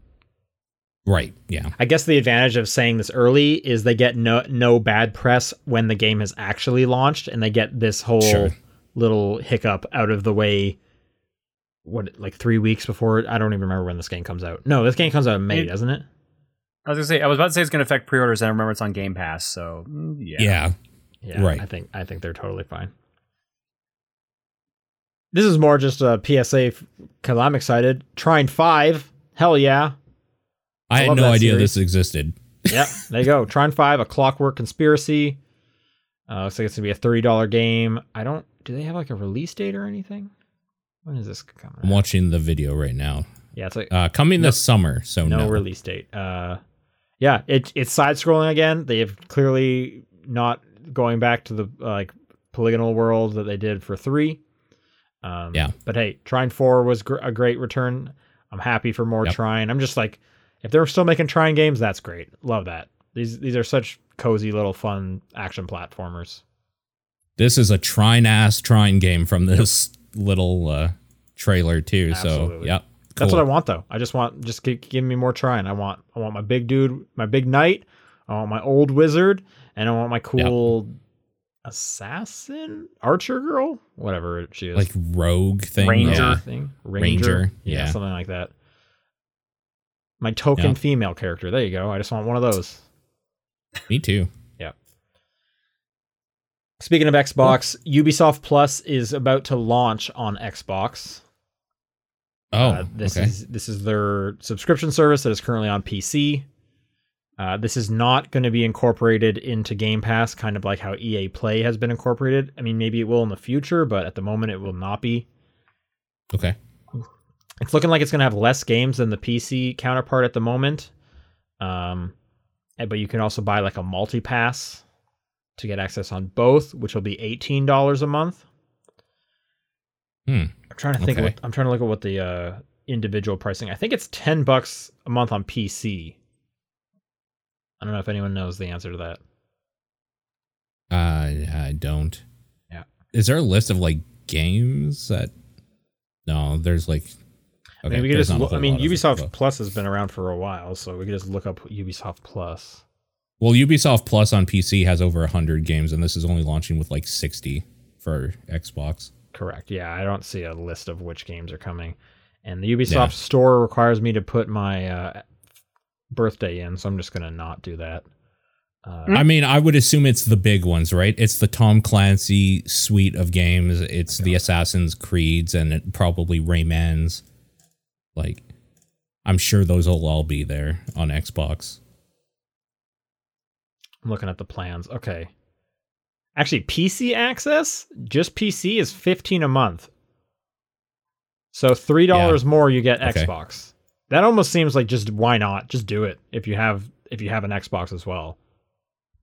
Speaker 1: right? Yeah,
Speaker 3: I guess the advantage of saying this early is they get no no bad press when the game has actually launched, and they get this whole
Speaker 1: Sure.
Speaker 3: little hiccup out of the way. What like three weeks before? I don't even remember when this game comes out. No, this game comes out in May,
Speaker 2: It-
Speaker 3: doesn't it?
Speaker 2: I was gonna say I was about to say it's gonna affect pre-orders, and I remember it's on Game Pass, so mm, yeah.
Speaker 1: Yeah.
Speaker 3: Yeah,
Speaker 1: Right.
Speaker 3: I think I think they're totally fine. This is more just a PSA because I'm excited. Trying five, hell yeah,
Speaker 1: I, had
Speaker 3: love
Speaker 1: no
Speaker 3: that
Speaker 1: idea
Speaker 3: series.
Speaker 1: this existed.
Speaker 3: yep. There you go. Tron Five, A Clockwork Conspiracy. Uh, looks like it's gonna be a thirty dollar game. I don't. Do they have like a release date or anything? When is this coming?
Speaker 1: I'm
Speaker 3: out?
Speaker 1: watching the video right now.
Speaker 3: Yeah, it's like
Speaker 1: Uh, coming this summer, so
Speaker 3: no,
Speaker 1: no.
Speaker 3: release date. Uh, yeah, it it's side scrolling again. They have clearly not going back to the uh, like polygonal world that they did for three. Um,
Speaker 1: Yeah.
Speaker 3: But hey, Trine Four was gr- a great return. I'm happy for more
Speaker 1: Yep.
Speaker 3: Trine. I'm just like, if they're still making Trine games, that's great. Love that. These these are such cozy little fun action platformers.
Speaker 1: This is a trine ass trine game from this little uh, trailer too. So
Speaker 3: Absolutely.
Speaker 1: yep.
Speaker 3: That's
Speaker 1: cool.
Speaker 3: what I want though. I just want just gi- give me more trying. I want I want my big dude, my big knight. I want my old wizard, and I want my cool assassin, archer girl, whatever she is,
Speaker 1: like rogue thing.
Speaker 2: Ranger.
Speaker 1: Yeah.
Speaker 3: thing,
Speaker 1: Ranger,
Speaker 3: ranger, yeah.
Speaker 1: yeah.
Speaker 3: something like that. My token
Speaker 1: Yeah.
Speaker 3: female character. There you go. I just want one of those.
Speaker 1: Me too.
Speaker 3: Speaking of Xbox, Ubisoft Plus is about to launch on Xbox.
Speaker 1: Oh,
Speaker 3: Uh, this
Speaker 1: okay.
Speaker 3: is this is their subscription service that is currently on PC. Uh, this is not going to be incorporated into Game Pass, kind of like how EA Play has been incorporated. I mean, maybe it will in the future, but at the moment, it will not be.
Speaker 1: okay.
Speaker 3: It's looking like it's going to have less games than the PC counterpart at the moment. Um, eh, but you can also buy like a multi pass to get access on both, which will be eighteen dollars a month.
Speaker 1: Hmm.
Speaker 3: I'm trying to think.
Speaker 1: Okay.
Speaker 3: What, I'm trying to look at what the uh, individual pricing. I think it's ten bucks a month on PC. I don't know if anyone knows the answer to that.
Speaker 1: Uh, I don't.
Speaker 3: Yeah.
Speaker 1: Is there a list of like games that? No, there's like.
Speaker 3: I mean, we could
Speaker 1: there's not
Speaker 3: just.
Speaker 1: a
Speaker 3: Look, I
Speaker 1: whole
Speaker 3: mean,
Speaker 1: lot of it,
Speaker 3: Ubisoft
Speaker 1: but-
Speaker 3: Plus has been around for a while, so we could just look up Ubisoft Plus.
Speaker 1: Well, Ubisoft Plus on PC has over 100 games, and this is only launching with like 60 for Xbox.
Speaker 3: Correct. Yeah, I don't see a list of which games are coming. And the Ubisoft
Speaker 1: Yeah.
Speaker 3: store requires me to put my uh, birthday in, so I'm just going to not do that. Uh,
Speaker 1: I mean, I would assume it's the big ones, right? It's the Tom Clancy suite of games, it's the Assassin's Creeds, and it probably Rayman's. Like, I'm sure those will all be there on Xbox.
Speaker 3: I'm looking at the plans. Okay. Actually, PC access, just PC is 15 a month. So $3 more you get
Speaker 1: Okay.
Speaker 3: Xbox. That almost seems like just why not? Just do it if you have if you have an Xbox as well.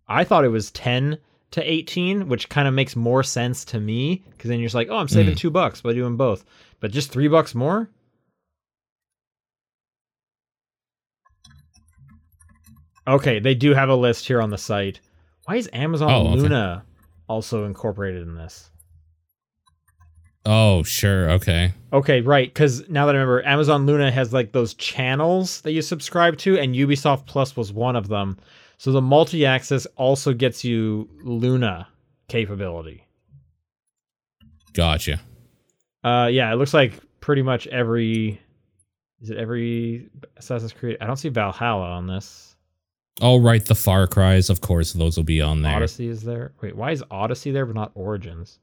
Speaker 3: I thought it was 10 to 18, which kind of makes more sense to me cuz then you're just like, "Oh, I'm
Speaker 1: Mm.
Speaker 3: saving 2 bucks by doing both." But just 3 bucks more? Okay, they do have a list here on the site. Why is Amazon
Speaker 1: Oh, okay.
Speaker 3: Luna also incorporated in this?
Speaker 1: Oh, sure. Okay.
Speaker 3: Okay, right. Because now that I remember, Amazon Luna has like those channels that you subscribe to, and Ubisoft Plus was one of them. So the multi access also gets you Luna capability.
Speaker 1: Gotcha.
Speaker 3: Uh, yeah, it looks like pretty much every. Is it every Assassin's Creed? I don't see Valhalla on this.
Speaker 1: Oh, right. The Far Cries, of course, those will be on there.
Speaker 3: Odyssey is there. Wait, why is Odyssey there but not Origins?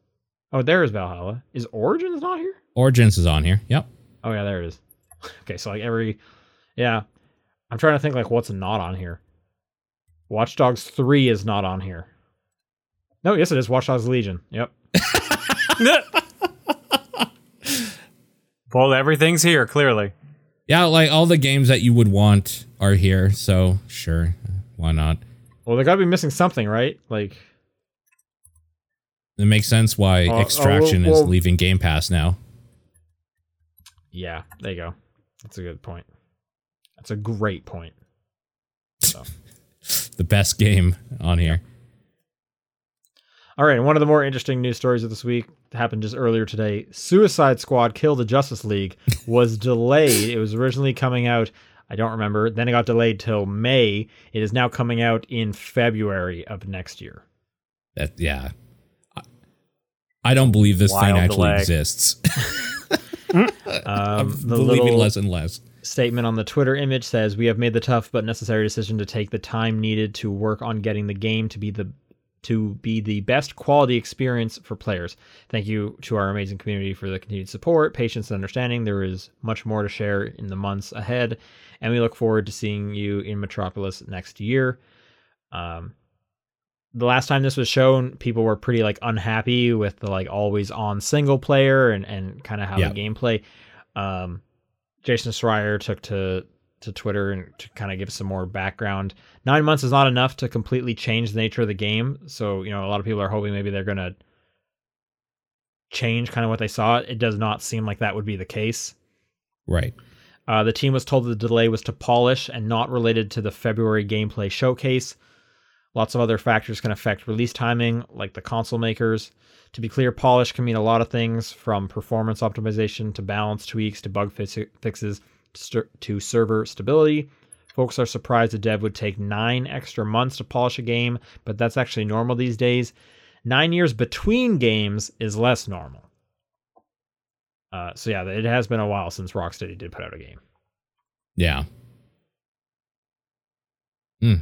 Speaker 3: Oh, there is Valhalla. Is Origins not here?
Speaker 1: Origins is on here.
Speaker 3: [LAUGHS]
Speaker 1: Yep.
Speaker 3: Oh yeah, there it is. Okay, so like every, yeah, I'm trying to think like what's not on here. Watch Dogs Three is not on here. No, yes, it is Watch Dogs Legion. Yep.
Speaker 2: Well, everything's here clearly.
Speaker 1: Yeah, like all the games that you would want are here. So, sure. Why not?
Speaker 3: Well, they gotta be missing something, right? Like,
Speaker 1: It makes sense why
Speaker 3: Uh, oh,
Speaker 1: Extraction
Speaker 3: well-
Speaker 1: is leaving Game Pass now.
Speaker 3: yeah, there you go. That's a good point. That's a great point.
Speaker 1: The best [LAUGHS] game on here.
Speaker 3: All right, and one of the more interesting news stories of this week happened just earlier today. Suicide Squad Kill the
Speaker 1: [LAUGHS]
Speaker 3: Justice League was delayed. It was originally coming out, I don't remember, then it got delayed till May. It is now coming out in February of next year.
Speaker 1: That yeah. I- I don't believe this thing
Speaker 2: Wild
Speaker 1: actually
Speaker 2: leg.
Speaker 1: exists.
Speaker 3: Um,
Speaker 1: Uh, [LAUGHS] I'm
Speaker 3: the
Speaker 1: believing
Speaker 3: little
Speaker 1: less and less.
Speaker 3: statement on the Twitter image says, "We have made the tough but necessary decision to take the time needed to work on getting the game to be the to be the best quality experience for players. Thank you to our amazing community for the continued support, patience, and understanding. There is much more to share in the months ahead, and we look forward to seeing you in Metropolis next year." Um, the last time this was shown, people were pretty like unhappy with the like always on single player and and kind of how
Speaker 1: Yeah.
Speaker 3: the gameplay. Um, Jason Schreier took to to Twitter and to kind of give some more background. Nine months is not enough to completely change the nature of the game. So you know a lot of people are hoping maybe they're gonna change kind of what they saw. It does not seem like that would be the case.
Speaker 1: Right.
Speaker 3: Uh, the team was told the delay was to polish and not related to the February gameplay showcase. Lots of other factors can affect release timing, like the console makers. To be clear, polish can mean a lot of things from performance optimization to balance tweaks to bug fix- fixes to, ser- to server stability. Folks are surprised a dev would take nine extra months to polish a game, but that's actually normal these days. Nine years between games is less normal. Uh, so, yeah, it has been a while since Rocksteady did put out a game.
Speaker 1: Yeah.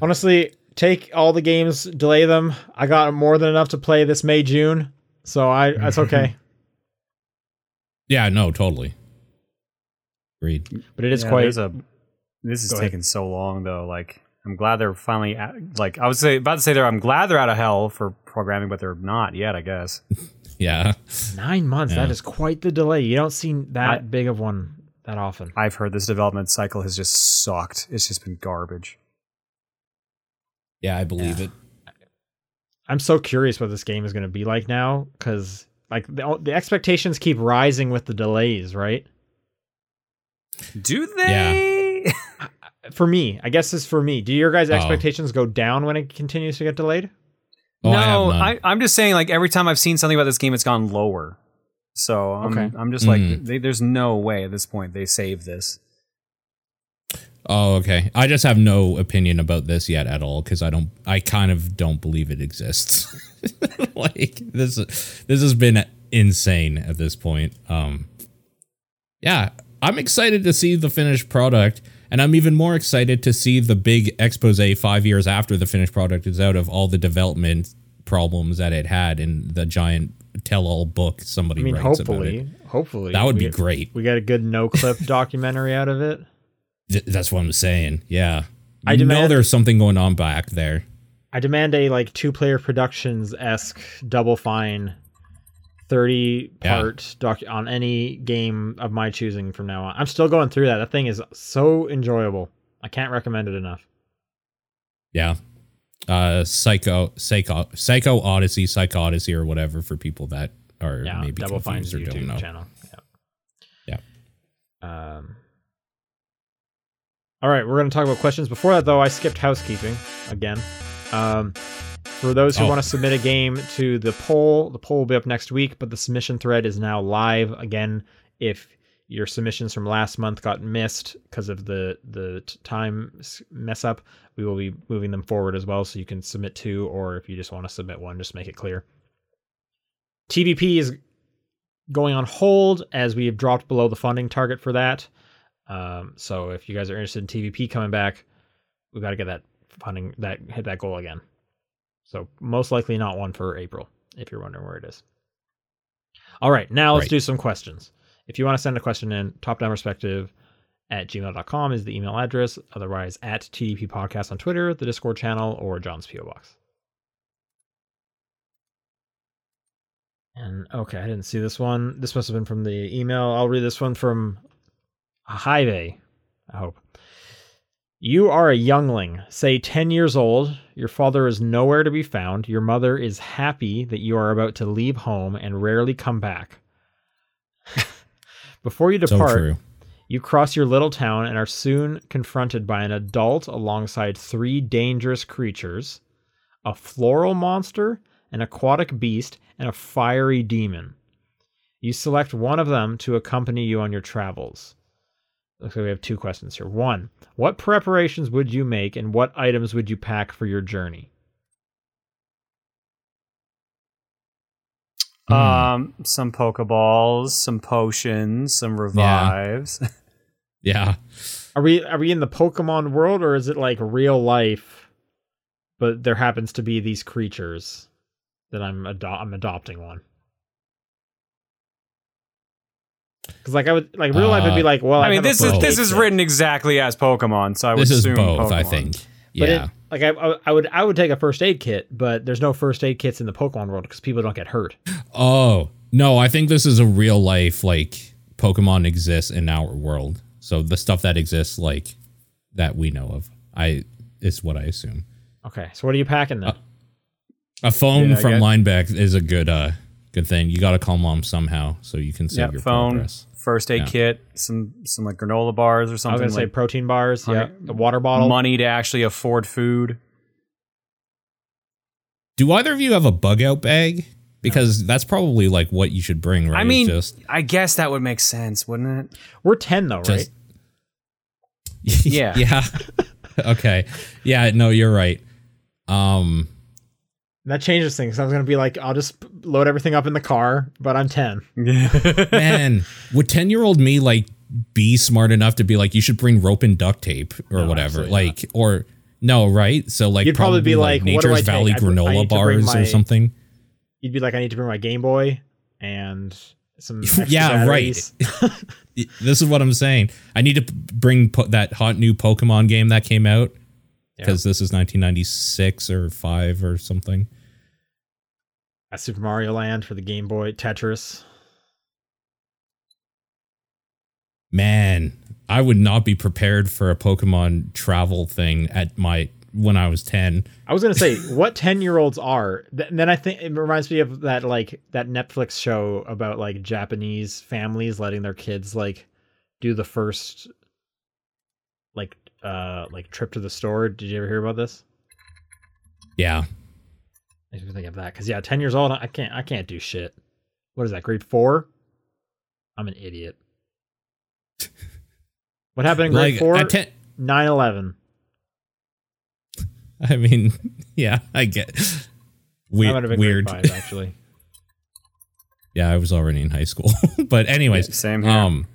Speaker 3: Honestly, take all the games, delay them. I got more than enough to play this May June, so I that's okay.
Speaker 1: Yeah. No. Totally. Agreed.
Speaker 3: [LAUGHS] But it is
Speaker 2: Yeah,
Speaker 3: quite
Speaker 2: there's a- this is
Speaker 3: Go ahead.
Speaker 2: taking so long though. Like I'm glad they're finally out, like I was say, about to say there. I'm glad they're out of hell for programming, but they're not yet.
Speaker 1: [LAUGHS]
Speaker 2: I guess.
Speaker 1: Yeah.
Speaker 3: nine months. That
Speaker 1: Yeah.
Speaker 3: is quite the delay. You don't see that
Speaker 2: I-
Speaker 3: big of one that often.
Speaker 2: I've heard this development cycle has just sucked. It's just been garbage.
Speaker 1: Yeah. I believe it.
Speaker 3: I'm so curious what this game is going to be like now because like the, the expectations keep rising with the delays, right?
Speaker 2: Do they? [LAUGHS]
Speaker 3: For me, I guess it's for me. Do your guys'
Speaker 1: Oh.
Speaker 3: expectations go down when it continues to get delayed?
Speaker 1: Oh, I have
Speaker 2: no,
Speaker 1: none.
Speaker 2: I, am just saying. Like every time I've seen something about this game, it's gone lower. So I'm,
Speaker 3: Okay.
Speaker 2: I'm just like,
Speaker 1: Mm.
Speaker 2: they, there's no way at this point they save this.
Speaker 1: Oh, okay. I just have no opinion about this yet at all because I don't. I kind of don't believe it exists. [LAUGHS] like this, this has been insane at this point. Um, yeah, I'm excited to see the finished product, and I'm even more excited to see the big expose five years after the finished product is out of all the development problems that it had in the giant tell-all book somebody
Speaker 3: I mean,
Speaker 1: writes about it.
Speaker 3: hopefully, hopefully
Speaker 1: That would
Speaker 3: we
Speaker 1: be
Speaker 3: get-
Speaker 1: great.
Speaker 3: We got a good no [LAUGHS] clip documentary out of it.
Speaker 1: Th- that's what I'm saying. Yeah,
Speaker 3: I
Speaker 1: you know
Speaker 3: demand-
Speaker 1: there's something going on back there.
Speaker 3: I demand a like two player productions esque double fine, thirty
Speaker 1: Yeah.
Speaker 3: part doc on any game of my choosing from now on. I'm still going through that. That thing is so enjoyable. I can't recommend it enough.
Speaker 1: Yeah. Uh Psycho Psycho Psycho Odyssey, Psycho Odyssey or whatever for people that are
Speaker 3: yeah,
Speaker 1: maybe
Speaker 3: double fine's
Speaker 1: confused or don't know.
Speaker 3: YouTube channel. Yeah. Yeah. Um. All right, we're going to talk about questions. Before that, though, I skipped housekeeping again. Um, for those who
Speaker 1: Oh.
Speaker 3: want to submit a game to the poll, the poll will be up next week, but the submission thread is now live again. If your submissions from last month got missed because of the the t- time s- mess up, we will be moving them forward as well. So you can submit two, or if you just want to submit one, just make it clear. TBP is going on hold as we have dropped below the funding target for that. Um, so if you guys are interested in TVP coming back, we got to get that funding that hit that goal again. So most likely not one for April, if you're wondering where it is. All right, now let's
Speaker 1: Right.
Speaker 3: do some questions. If you want to send a question in, top down perspective at gmail.com is the email address. Otherwise, at TDP Podcast on Twitter, the Discord channel, or John's PO Box. And okay, I didn't see this one. This must have been from the email. I'll read this one from Hive. I hope. You are a youngling, say 10 years old. Your father is nowhere to be found. Your mother is happy that you are about to leave home and rarely come back. [LAUGHS] Before you
Speaker 1: So
Speaker 3: depart,
Speaker 1: true.
Speaker 3: you cross your little town and are soon confronted by an adult alongside three dangerous creatures a floral monster, an aquatic beast, and a fiery demon. You select one of them to accompany you on your travels. Looks like we have two questions here. One, what preparations would you make and what items would you pack for your journey?
Speaker 1: Hmm.
Speaker 2: Um, some Pokeballs, some potions, some revives.
Speaker 1: Yeah.
Speaker 3: Are we are we in the Pokemon world or is it like real life? But there happens to be these creatures that I'm ado- I'm adopting one. Because like I would like real life would be
Speaker 1: Uh,
Speaker 3: like well
Speaker 2: I mean,
Speaker 3: have a
Speaker 2: this is
Speaker 1: both,
Speaker 2: this is
Speaker 3: but-
Speaker 2: written exactly as Pokemon, so I would
Speaker 1: this is
Speaker 2: assume
Speaker 1: both, I
Speaker 2: Pokemon.
Speaker 1: think.
Speaker 3: But
Speaker 1: Yeah.
Speaker 3: it, like I, I I would I would take a first aid kit, but there's no first aid kits in the Pokemon world because people don't get hurt.
Speaker 1: oh, no, I think this is a real life, like, Pokemon exists in our world. So the stuff that exists, like, that we know of, I is what I assume.
Speaker 3: Okay, so what are you packing
Speaker 1: Uh,
Speaker 3: then?
Speaker 1: A phone
Speaker 2: Yeah, I
Speaker 1: from
Speaker 2: get-
Speaker 1: Lineback is a good uh good thing. You got to call mom somehow so you can save
Speaker 2: Yeah,
Speaker 1: your
Speaker 2: phone,
Speaker 1: progress.
Speaker 2: first aid
Speaker 1: Yeah.
Speaker 2: kit, some some like granola bars or
Speaker 3: I was
Speaker 2: something
Speaker 3: gonna say
Speaker 2: like
Speaker 3: protein bars, yeah,
Speaker 2: hundred-
Speaker 3: a water bottle.
Speaker 2: money to actually afford food.
Speaker 1: Do either of you have a bug out bag? Because that's probably like what you should bring, right?
Speaker 2: I mean,
Speaker 1: just
Speaker 2: I guess that would make sense, wouldn't it?
Speaker 3: We're ten though, right?
Speaker 1: just
Speaker 3: [LAUGHS]
Speaker 1: [LAUGHS]
Speaker 2: Yeah.
Speaker 1: yeah. okay. Yeah. No, you're right. Um.
Speaker 3: And that changes things. I was gonna be like, I'll just p- load everything up in the car, but I'm ten.
Speaker 2: [LAUGHS] Yeah.
Speaker 3: [LAUGHS]
Speaker 1: Man, would ten year old me like be smart enough to be like, you should bring rope and duct tape or
Speaker 3: No,
Speaker 1: whatever,
Speaker 3: absolutely
Speaker 1: like, or no, right? So like,
Speaker 3: You'd probably be like, what do I
Speaker 1: Nature's
Speaker 3: take?
Speaker 1: Valley
Speaker 3: I- I
Speaker 1: granola
Speaker 3: need to bring
Speaker 1: bars
Speaker 3: my-
Speaker 1: or something.
Speaker 3: You'd be like, I need to bring my Game Boy and
Speaker 1: [LAUGHS]
Speaker 3: some.
Speaker 1: Yeah, right. Y- This is what I'm saying. I need to p- bring po- that hot new Pokemon game that came out because this is 1996 or five or something.
Speaker 3: A Super Mario Land for the Game Boy, Tetris.
Speaker 1: Man, I would not be prepared for a Pokemon travel thing at my when I was ten.
Speaker 3: I was
Speaker 1: [LAUGHS]
Speaker 3: gonna say what ten year olds are. Th- and then I think it reminds me of that like that Netflix show about like Japanese families letting their kids like do the first like uh like trip to the store. Did you ever hear about this?
Speaker 1: Yeah.
Speaker 3: I should think of that because yeah, ten years old. I can't. I can't do shit. What is that? Grade four? I'm an idiot. what happened in grade
Speaker 1: Like
Speaker 3: four?
Speaker 1: at ten,
Speaker 3: 9-11.
Speaker 1: I mean, [LAUGHS] yeah, I get
Speaker 3: I
Speaker 1: weird.
Speaker 3: might have been
Speaker 1: weird.
Speaker 3: grade
Speaker 1: [LAUGHS]
Speaker 3: five actually.
Speaker 1: yeah, I was already in high school. [LAUGHS] but anyways,
Speaker 2: Same here.
Speaker 1: um,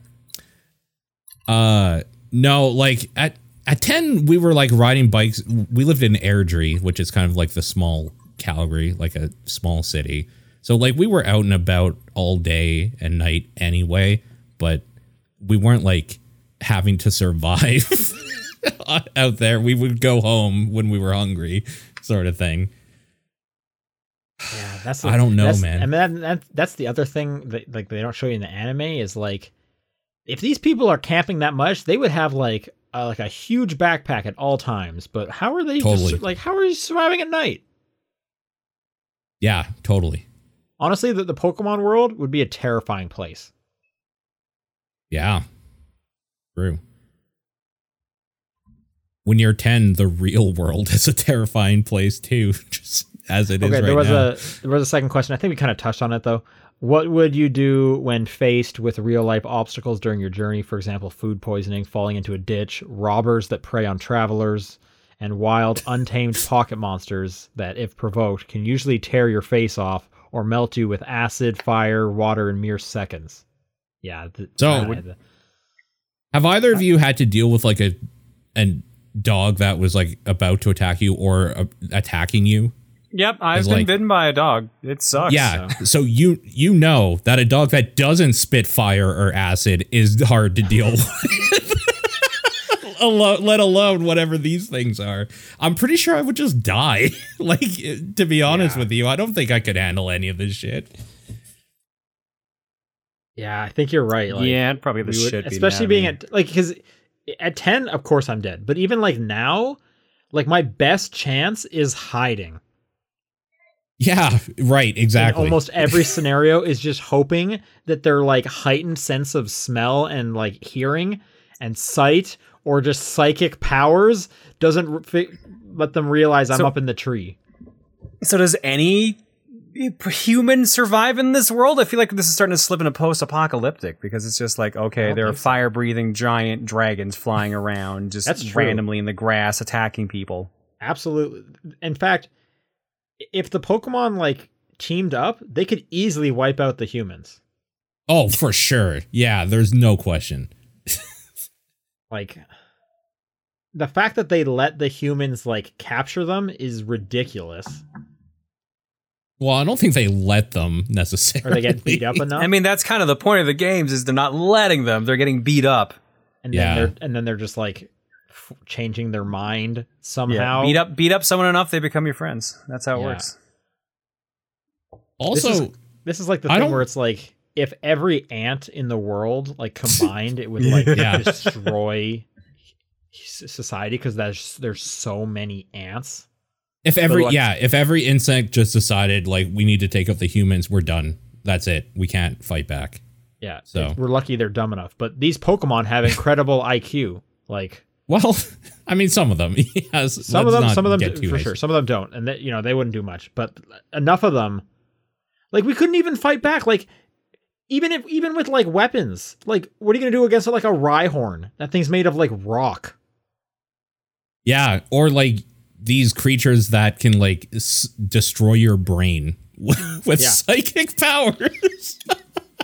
Speaker 1: uh, no, like at at ten, we were like riding bikes. We lived in Airdrie, which is kind of like the small Calgary, like a small city. So like we were out and about all day and night anyway, but we weren't like having to survive [LAUGHS] out there. We would go home when we were hungry, sort of thing.
Speaker 3: Yeah, that's. The,
Speaker 1: I don't know,
Speaker 3: that's-
Speaker 1: man.
Speaker 3: I mean, that, that, that's the other thing that like they don't show you in the anime is like, if these people are camping that much, they would have like uh, like a huge backpack at all times. But how are they just-
Speaker 1: Totally.
Speaker 3: like? How are you surviving at night?
Speaker 1: Yeah, totally.
Speaker 3: Honestly, the, the Pokemon world would be a terrifying place.
Speaker 1: Yeah. True. When you're 10, the real world [LAUGHS] is a terrifying place too, [LAUGHS] just as it is
Speaker 3: okay,
Speaker 1: right
Speaker 3: there was
Speaker 1: now.
Speaker 3: a there was a second question. I think we kind of touched on it though. What would you do when faced with real life obstacles during your journey? For example, food poisoning, falling into a ditch, robbers that prey on travelers, and wild, untamed pocket monsters that, if provoked, can usually tear your face off or melt you with acid, fire, water in mere seconds. Yeah. th-
Speaker 1: So-
Speaker 3: I-
Speaker 1: Have either of you had to deal with like a and dog that was like about to attack you or uh, attacking you?
Speaker 2: Yep, I've
Speaker 1: It's
Speaker 2: been
Speaker 1: like-
Speaker 2: bitten by a dog. It
Speaker 1: [LAUGHS]
Speaker 2: sucks.
Speaker 1: yeah. So you you know that a dog that doesn't spit fire or acid is hard to deal [LAUGHS] with. Alo- let alone whatever these things are. I'm pretty sure I would just die. [LAUGHS] like to be honest with you, I don't think I could handle any of this shit.
Speaker 3: yeah, I think you're right. Like,
Speaker 2: yeah, I'd probably the
Speaker 3: we would-
Speaker 2: shit.
Speaker 3: especially
Speaker 2: beaten
Speaker 3: being
Speaker 2: out of me.
Speaker 3: at like because at 10 of course i'm dead but even like now like my best chance is hiding And
Speaker 1: Yeah, right, exactly.
Speaker 3: almost every scenario is just hoping that their like heightened sense of smell and like hearing and sight or just psychic powers doesn't re- fi- let them realize i'm
Speaker 2: So-
Speaker 3: up in the tree
Speaker 2: So does any human survive in this world? I feel like this is starting to slip into post-apocalyptic because it's just like okay,
Speaker 3: don't
Speaker 2: there are
Speaker 3: think so.
Speaker 2: fire-breathing giant dragons
Speaker 3: [LAUGHS]
Speaker 2: flying around just
Speaker 3: That's true.
Speaker 2: randomly in the grass attacking people.
Speaker 3: absolutely in fact if the pokemon like teamed up they could easily wipe out the humans
Speaker 1: oh, for sure. Yeah, there's no question.
Speaker 3: Like the fact that they let the humans like capture them is ridiculous.
Speaker 1: Well, I don't think they let them
Speaker 3: Or
Speaker 1: necessarily.
Speaker 3: they get beat up
Speaker 2: [LAUGHS]
Speaker 3: enough.
Speaker 2: I mean, that's kind of the point of the games is they're not letting them. They're getting beat up.
Speaker 3: and
Speaker 1: Yeah.
Speaker 3: then they're and then they're just like f- changing their mind somehow.
Speaker 2: Beat up beat up someone enough they become your friends. That's how it
Speaker 3: Yeah.
Speaker 2: works.
Speaker 1: Also,
Speaker 3: This is- This is like the
Speaker 1: I
Speaker 3: thing
Speaker 1: don't-
Speaker 3: where it's like if every ant in the world like combined, it would like
Speaker 1: [LAUGHS] Yeah.
Speaker 3: destroy s- society because there's there's so many ants.
Speaker 1: if every
Speaker 3: like-
Speaker 1: yeah, if every insect just decided like we need to take out the humans, we're done. That's it. We can't fight back.
Speaker 3: Yeah,
Speaker 1: So-
Speaker 3: we're lucky they're dumb enough. But these Pokemon have incredible IQ. Like
Speaker 1: Well, [LAUGHS] I mean, some of them. [LAUGHS] Yes,
Speaker 3: some
Speaker 1: let's
Speaker 3: of them,
Speaker 1: not
Speaker 3: some of them
Speaker 1: get
Speaker 3: do-
Speaker 1: too
Speaker 3: for
Speaker 1: nice.
Speaker 3: sure. Some of them don't, and that you know they wouldn't do much. But enough of them, like we couldn't even fight back. Like even if even with like weapons, like what are you gonna do against like a Rhyhorn? That thing's made of like rock.
Speaker 1: Yeah, or like these creatures that can like s- destroy your brain [LAUGHS] with with
Speaker 3: Yeah.
Speaker 1: psychic powers.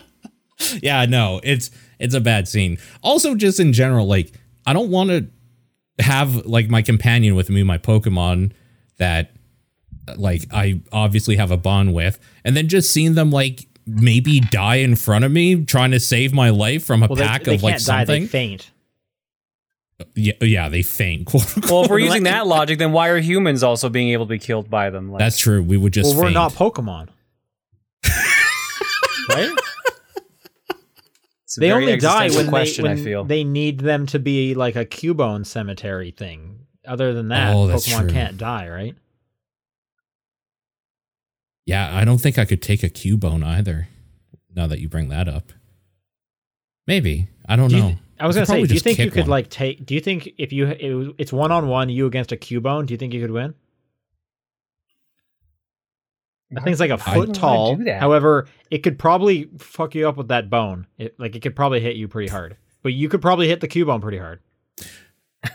Speaker 1: [LAUGHS] yeah, no, it's it's a bad scene. Also, just in general, like I don't want to have like my companion with me, my Pokemon that like I obviously have a bond with, and then just seeing them like maybe die in front of me trying to save my life from a
Speaker 3: Well,
Speaker 1: pack
Speaker 3: they, they
Speaker 1: of like
Speaker 3: can't die.
Speaker 1: something.
Speaker 3: They faint.
Speaker 1: yeah, yeah, they faint. Quote unquote.
Speaker 2: Well, if
Speaker 3: [LAUGHS]
Speaker 2: we're using that logic, then why are humans also being able to be killed by them? Like,
Speaker 1: That's true. We would just
Speaker 3: Well, we're
Speaker 1: faint.
Speaker 3: not Pokemon. right?
Speaker 2: it's a
Speaker 3: They
Speaker 2: very
Speaker 3: only die
Speaker 2: existential
Speaker 3: when,
Speaker 2: question.
Speaker 3: they,
Speaker 2: I
Speaker 3: when
Speaker 2: feel.
Speaker 3: they need them to be like a Cubone cemetery thing. Other than that,
Speaker 1: Oh, that's
Speaker 3: Pokemon
Speaker 1: true.
Speaker 3: can't die, right?
Speaker 1: Yeah, I don't think I could take a Cubone either. Now that you bring that up, maybe I don't
Speaker 3: Do you
Speaker 1: know.
Speaker 3: th- I was
Speaker 1: I
Speaker 3: gonna
Speaker 1: could
Speaker 3: say,
Speaker 1: probably
Speaker 3: do you
Speaker 1: just
Speaker 3: think you
Speaker 1: kick
Speaker 3: could
Speaker 1: one.
Speaker 3: like take? Do you think if you it, was- it's one on one, you against a Cubone, do you think you could win? That thing's like a
Speaker 1: I-
Speaker 3: foot
Speaker 2: wouldn't wanna
Speaker 3: tall.
Speaker 2: do that.
Speaker 3: However, it could probably fuck you up with that bone. It, like it could probably hit you pretty hard. But you could probably hit the Cubone pretty hard.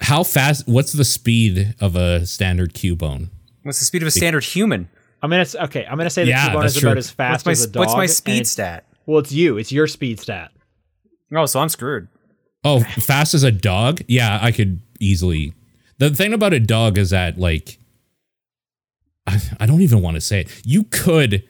Speaker 1: How fast? What's the speed of a standard Cubone?
Speaker 2: What's the speed of a standard human?
Speaker 3: I'm gonna s- okay. I'm gonna say the
Speaker 1: Yeah,
Speaker 3: Cubone
Speaker 1: that's
Speaker 3: is about
Speaker 1: true.
Speaker 3: as
Speaker 2: What's
Speaker 3: fast
Speaker 2: my
Speaker 3: as a
Speaker 2: s-
Speaker 3: dog.
Speaker 2: what's my
Speaker 3: and
Speaker 2: speed
Speaker 3: it's-
Speaker 2: stat?
Speaker 3: Well, it's you. It's your speed stat.
Speaker 2: Oh, so I'm screwed.
Speaker 1: Oh, fast as a dog? Yeah, I could easily. The thing about a dog is that like, I, I don't even want to say it. You could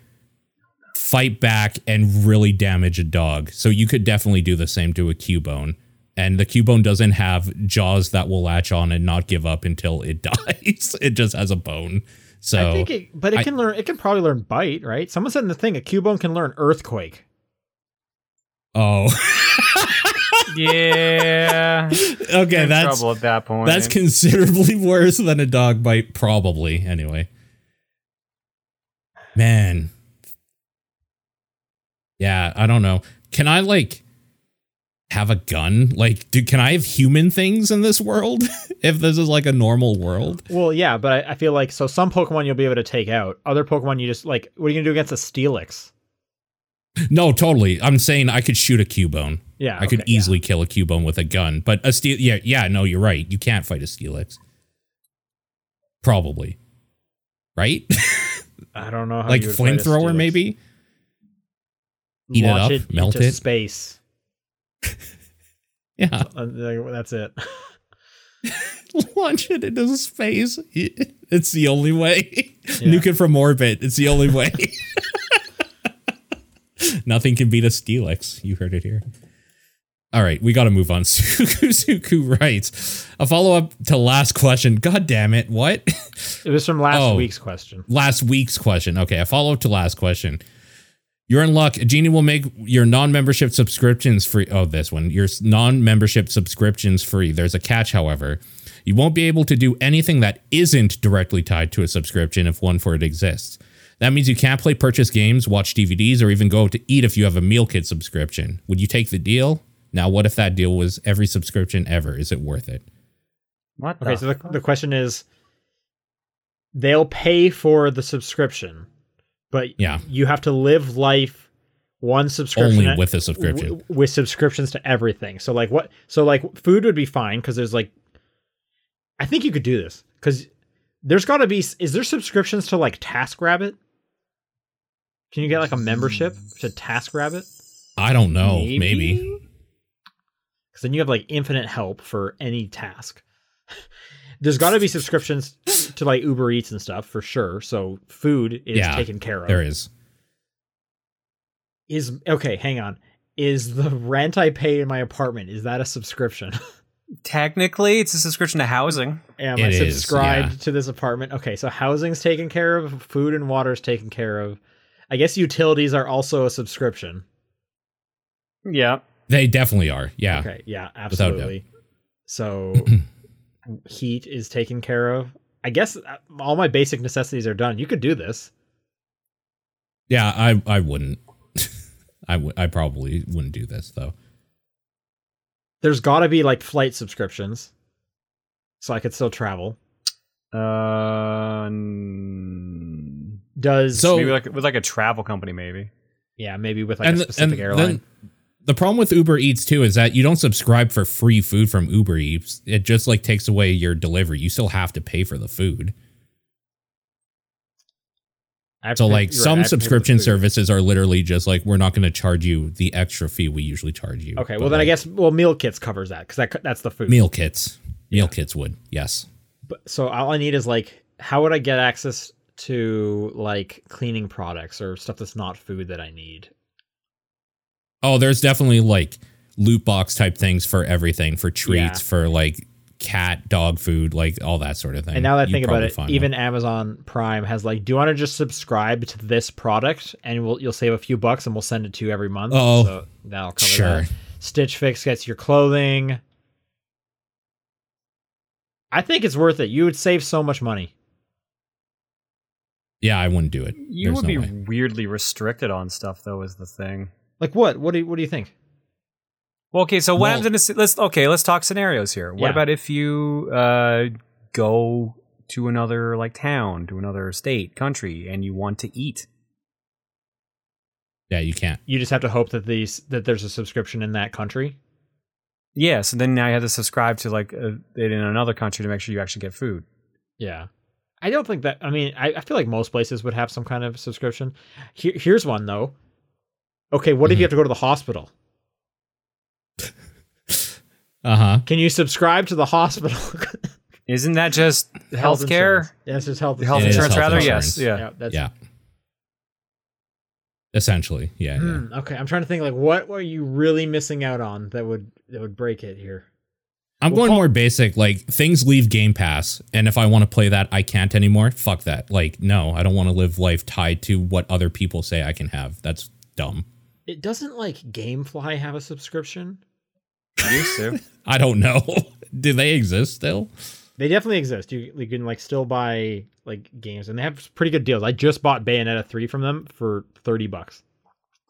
Speaker 1: fight back and really damage a dog, so you could definitely do the same to a Cubone. And the Cubone doesn't have jaws that will latch on and not give up until it [LAUGHS] dies. It just has a bone. So
Speaker 3: I think, it, but it
Speaker 1: I-
Speaker 3: can learn. It can probably learn bite, right? Someone said in the thing a Cubone can learn earthquake.
Speaker 1: oh, [LAUGHS]
Speaker 2: Yeah.
Speaker 1: okay, that's
Speaker 2: trouble at that point.
Speaker 1: that's considerably [LAUGHS] worse than a dog bite, probably. Anyway, man, yeah, I don't know. Can I like have a gun? Like, do can I have human things in this world? [LAUGHS] if this is like a normal world,
Speaker 3: Well, yeah, but I, I feel like so some Pokemon you'll be able to take out. Other Pokemon you just like. What are you gonna do against a Steelix?
Speaker 1: no, totally. I'm saying I could shoot a Cubone.
Speaker 3: Yeah,
Speaker 1: I could
Speaker 3: okay, yeah.
Speaker 1: easily kill a Cubone with a gun, but a steel. Yeah, yeah. No, you're right. You can't fight a Steelix. Probably, right? [LAUGHS]
Speaker 3: I don't know how
Speaker 1: like
Speaker 3: Oh, you would fight a
Speaker 1: flamethrower,
Speaker 3: Steelix.
Speaker 1: maybe. Eat it
Speaker 3: Launch
Speaker 1: up, melt
Speaker 3: into
Speaker 1: it.
Speaker 3: space.
Speaker 1: Yeah,
Speaker 3: Uh, That's it.
Speaker 1: [LAUGHS]
Speaker 3: [LAUGHS]
Speaker 1: launch it into space. [LAUGHS] It's the only way.
Speaker 3: Yeah.
Speaker 1: Nuke it from orbit. It's the only way. [LAUGHS] Nothing can beat a Steelix. You heard it here. All right, we got to move on. [LAUGHS] Suku Suku writes a follow up to last question. God damn it! What? [LAUGHS]
Speaker 3: It was from last
Speaker 1: Oh.
Speaker 3: week's question.
Speaker 1: last week's question. Okay, a follow up to last question. You're in luck. Genie will make your non-membership subscriptions free. Oh, this one. Your s- non-membership subscriptions free. There's a catch, however. You won't be able to do anything that isn't directly tied to a subscription if one for it exists. That means you can't play purchase games, watch DVDs, or even go out to eat if you have a meal kit subscription. Would you take the deal? Now, what if that deal was every subscription ever? Is it worth it?
Speaker 2: what the
Speaker 3: Okay, so the, the question is they'll pay for the subscription, but
Speaker 1: Yeah.
Speaker 3: you have to live life one subscription
Speaker 1: Only
Speaker 3: at-
Speaker 1: with a subscription.
Speaker 3: w- with subscriptions to everything. So like what so like food would be fine cuz there's like I think you could do this cuz there's got to be is there subscriptions to like TaskRabbit? Can you get
Speaker 1: Hmm.
Speaker 3: like a membership to TaskRabbit?
Speaker 1: I don't know. Oh, Maybe.
Speaker 3: 'Cause because then you have like infinite help for any task. [LAUGHS] There's got to be subscriptions to like Uber Eats and stuff for sure. So food is
Speaker 1: Yeah,
Speaker 3: taken care of.
Speaker 1: There is.
Speaker 3: Is okay. Hang on. Is the rent I pay in my apartment is that a subscription?
Speaker 2: Technically, it's a subscription to housing.
Speaker 3: Am I
Speaker 1: It is,
Speaker 3: subscribed to this apartment? Okay, so housing's taken care of, food and water's taken care of. I guess utilities are also a subscription.
Speaker 2: Yeah.
Speaker 1: They definitely are. Yeah.
Speaker 3: Okay, yeah,
Speaker 1: doubt.
Speaker 3: absolutely.
Speaker 1: [CLEARS THROAT]
Speaker 3: So heat is taken care of. I guess uh, all my basic necessities are done. You could do this.
Speaker 1: Yeah, I I wouldn't. [LAUGHS] I would. I probably wouldn't do this though.
Speaker 3: There's got to be like flight subscriptions, so I could still travel.
Speaker 2: Uh, n-
Speaker 3: Does
Speaker 1: So-
Speaker 2: maybe like with like a travel company, maybe.
Speaker 3: yeah, maybe with like a
Speaker 1: th-
Speaker 3: specific airline.
Speaker 1: the problem with Uber Eats too is that you don't subscribe for free food from Uber Eats. It just like takes away your delivery. You still have to pay for the food.
Speaker 3: I have to
Speaker 1: So
Speaker 3: pay-
Speaker 1: like
Speaker 3: you're right, I
Speaker 1: some
Speaker 3: have to pay for the
Speaker 1: subscription
Speaker 3: food.
Speaker 1: services are literally just like we're not going to charge you the extra fee we usually charge you.
Speaker 3: Okay,
Speaker 1: But,
Speaker 3: well then I
Speaker 1: like,
Speaker 3: guess well meal kits covers that because that, that's the food.
Speaker 1: meal kits. Meal kits would. Yes.
Speaker 3: But so all I need is like, how would I get access to like cleaning products or stuff that's not food that I need?
Speaker 1: Oh, there's definitely like loot box type things for everything, for treats,
Speaker 3: Yeah.
Speaker 1: for like cat, dog food, like all that sort of thing.
Speaker 3: And now that I
Speaker 1: You
Speaker 3: think about
Speaker 1: probably
Speaker 3: it,
Speaker 1: find
Speaker 3: even
Speaker 1: them.
Speaker 3: Amazon Prime has like, do you want to just subscribe to this product and we'll you'll save a few bucks and we'll send it to you every month.
Speaker 1: Oh,
Speaker 3: so that'll cover
Speaker 1: sure.
Speaker 3: that. Stitch Fix gets your clothing. I think it's worth it. You would save so much money.
Speaker 1: Yeah, I wouldn't do it.
Speaker 2: You
Speaker 1: There's
Speaker 2: would
Speaker 1: no
Speaker 2: be
Speaker 1: way.
Speaker 2: weirdly restricted on stuff, though, is the thing.
Speaker 3: Like what? What do you, what do you think?
Speaker 2: Well, okay, so what
Speaker 1: Well-
Speaker 2: happens in a, se- let's okay, let's talk scenarios here. What
Speaker 3: Yeah.
Speaker 2: about if you uh, go to another like town, to another state, country, and you want to eat?
Speaker 1: Yeah, you can't.
Speaker 3: You just have to hope that these that there's a subscription in that country.
Speaker 2: Yeah, so then now you have to subscribe to like uh, it in another country to make sure you actually get food.
Speaker 3: Yeah. I don't think that I mean I, I feel like most places would have some kind of subscription. Here, here's one though. Okay, what if
Speaker 2: Mm-hmm.
Speaker 3: you have to go to the hospital?
Speaker 1: Uh huh.
Speaker 3: Can you subscribe to the hospital? [LAUGHS]
Speaker 2: Isn't that just
Speaker 3: Health
Speaker 2: healthcare?
Speaker 3: insurance. Yes, it's health
Speaker 2: Health
Speaker 1: It is
Speaker 2: insurance,
Speaker 1: health
Speaker 2: rather?
Speaker 1: insurance.
Speaker 2: Yes. Yeah.
Speaker 3: Yeah, that's
Speaker 1: Yeah. Essentially, yeah, yeah.
Speaker 3: Hmm, okay. I'm trying to think like what were you really missing out on that would that would break it here?
Speaker 1: I'm
Speaker 3: Well,
Speaker 1: going
Speaker 3: Paul-
Speaker 1: more basic. Like things leave Game Pass, and if I want to play that, I can't anymore. Fuck that. Like, no, I don't want to live life tied to what other people say I can have. That's dumb.
Speaker 3: It doesn't like GameFly have a subscription?
Speaker 2: [LAUGHS] Used to.
Speaker 1: I don't [LAUGHS] know. Do they exist still?
Speaker 3: They definitely exist. You, you can like still buy like games and they have pretty good deals. I just bought Bayonetta 3 from them for 30 bucks.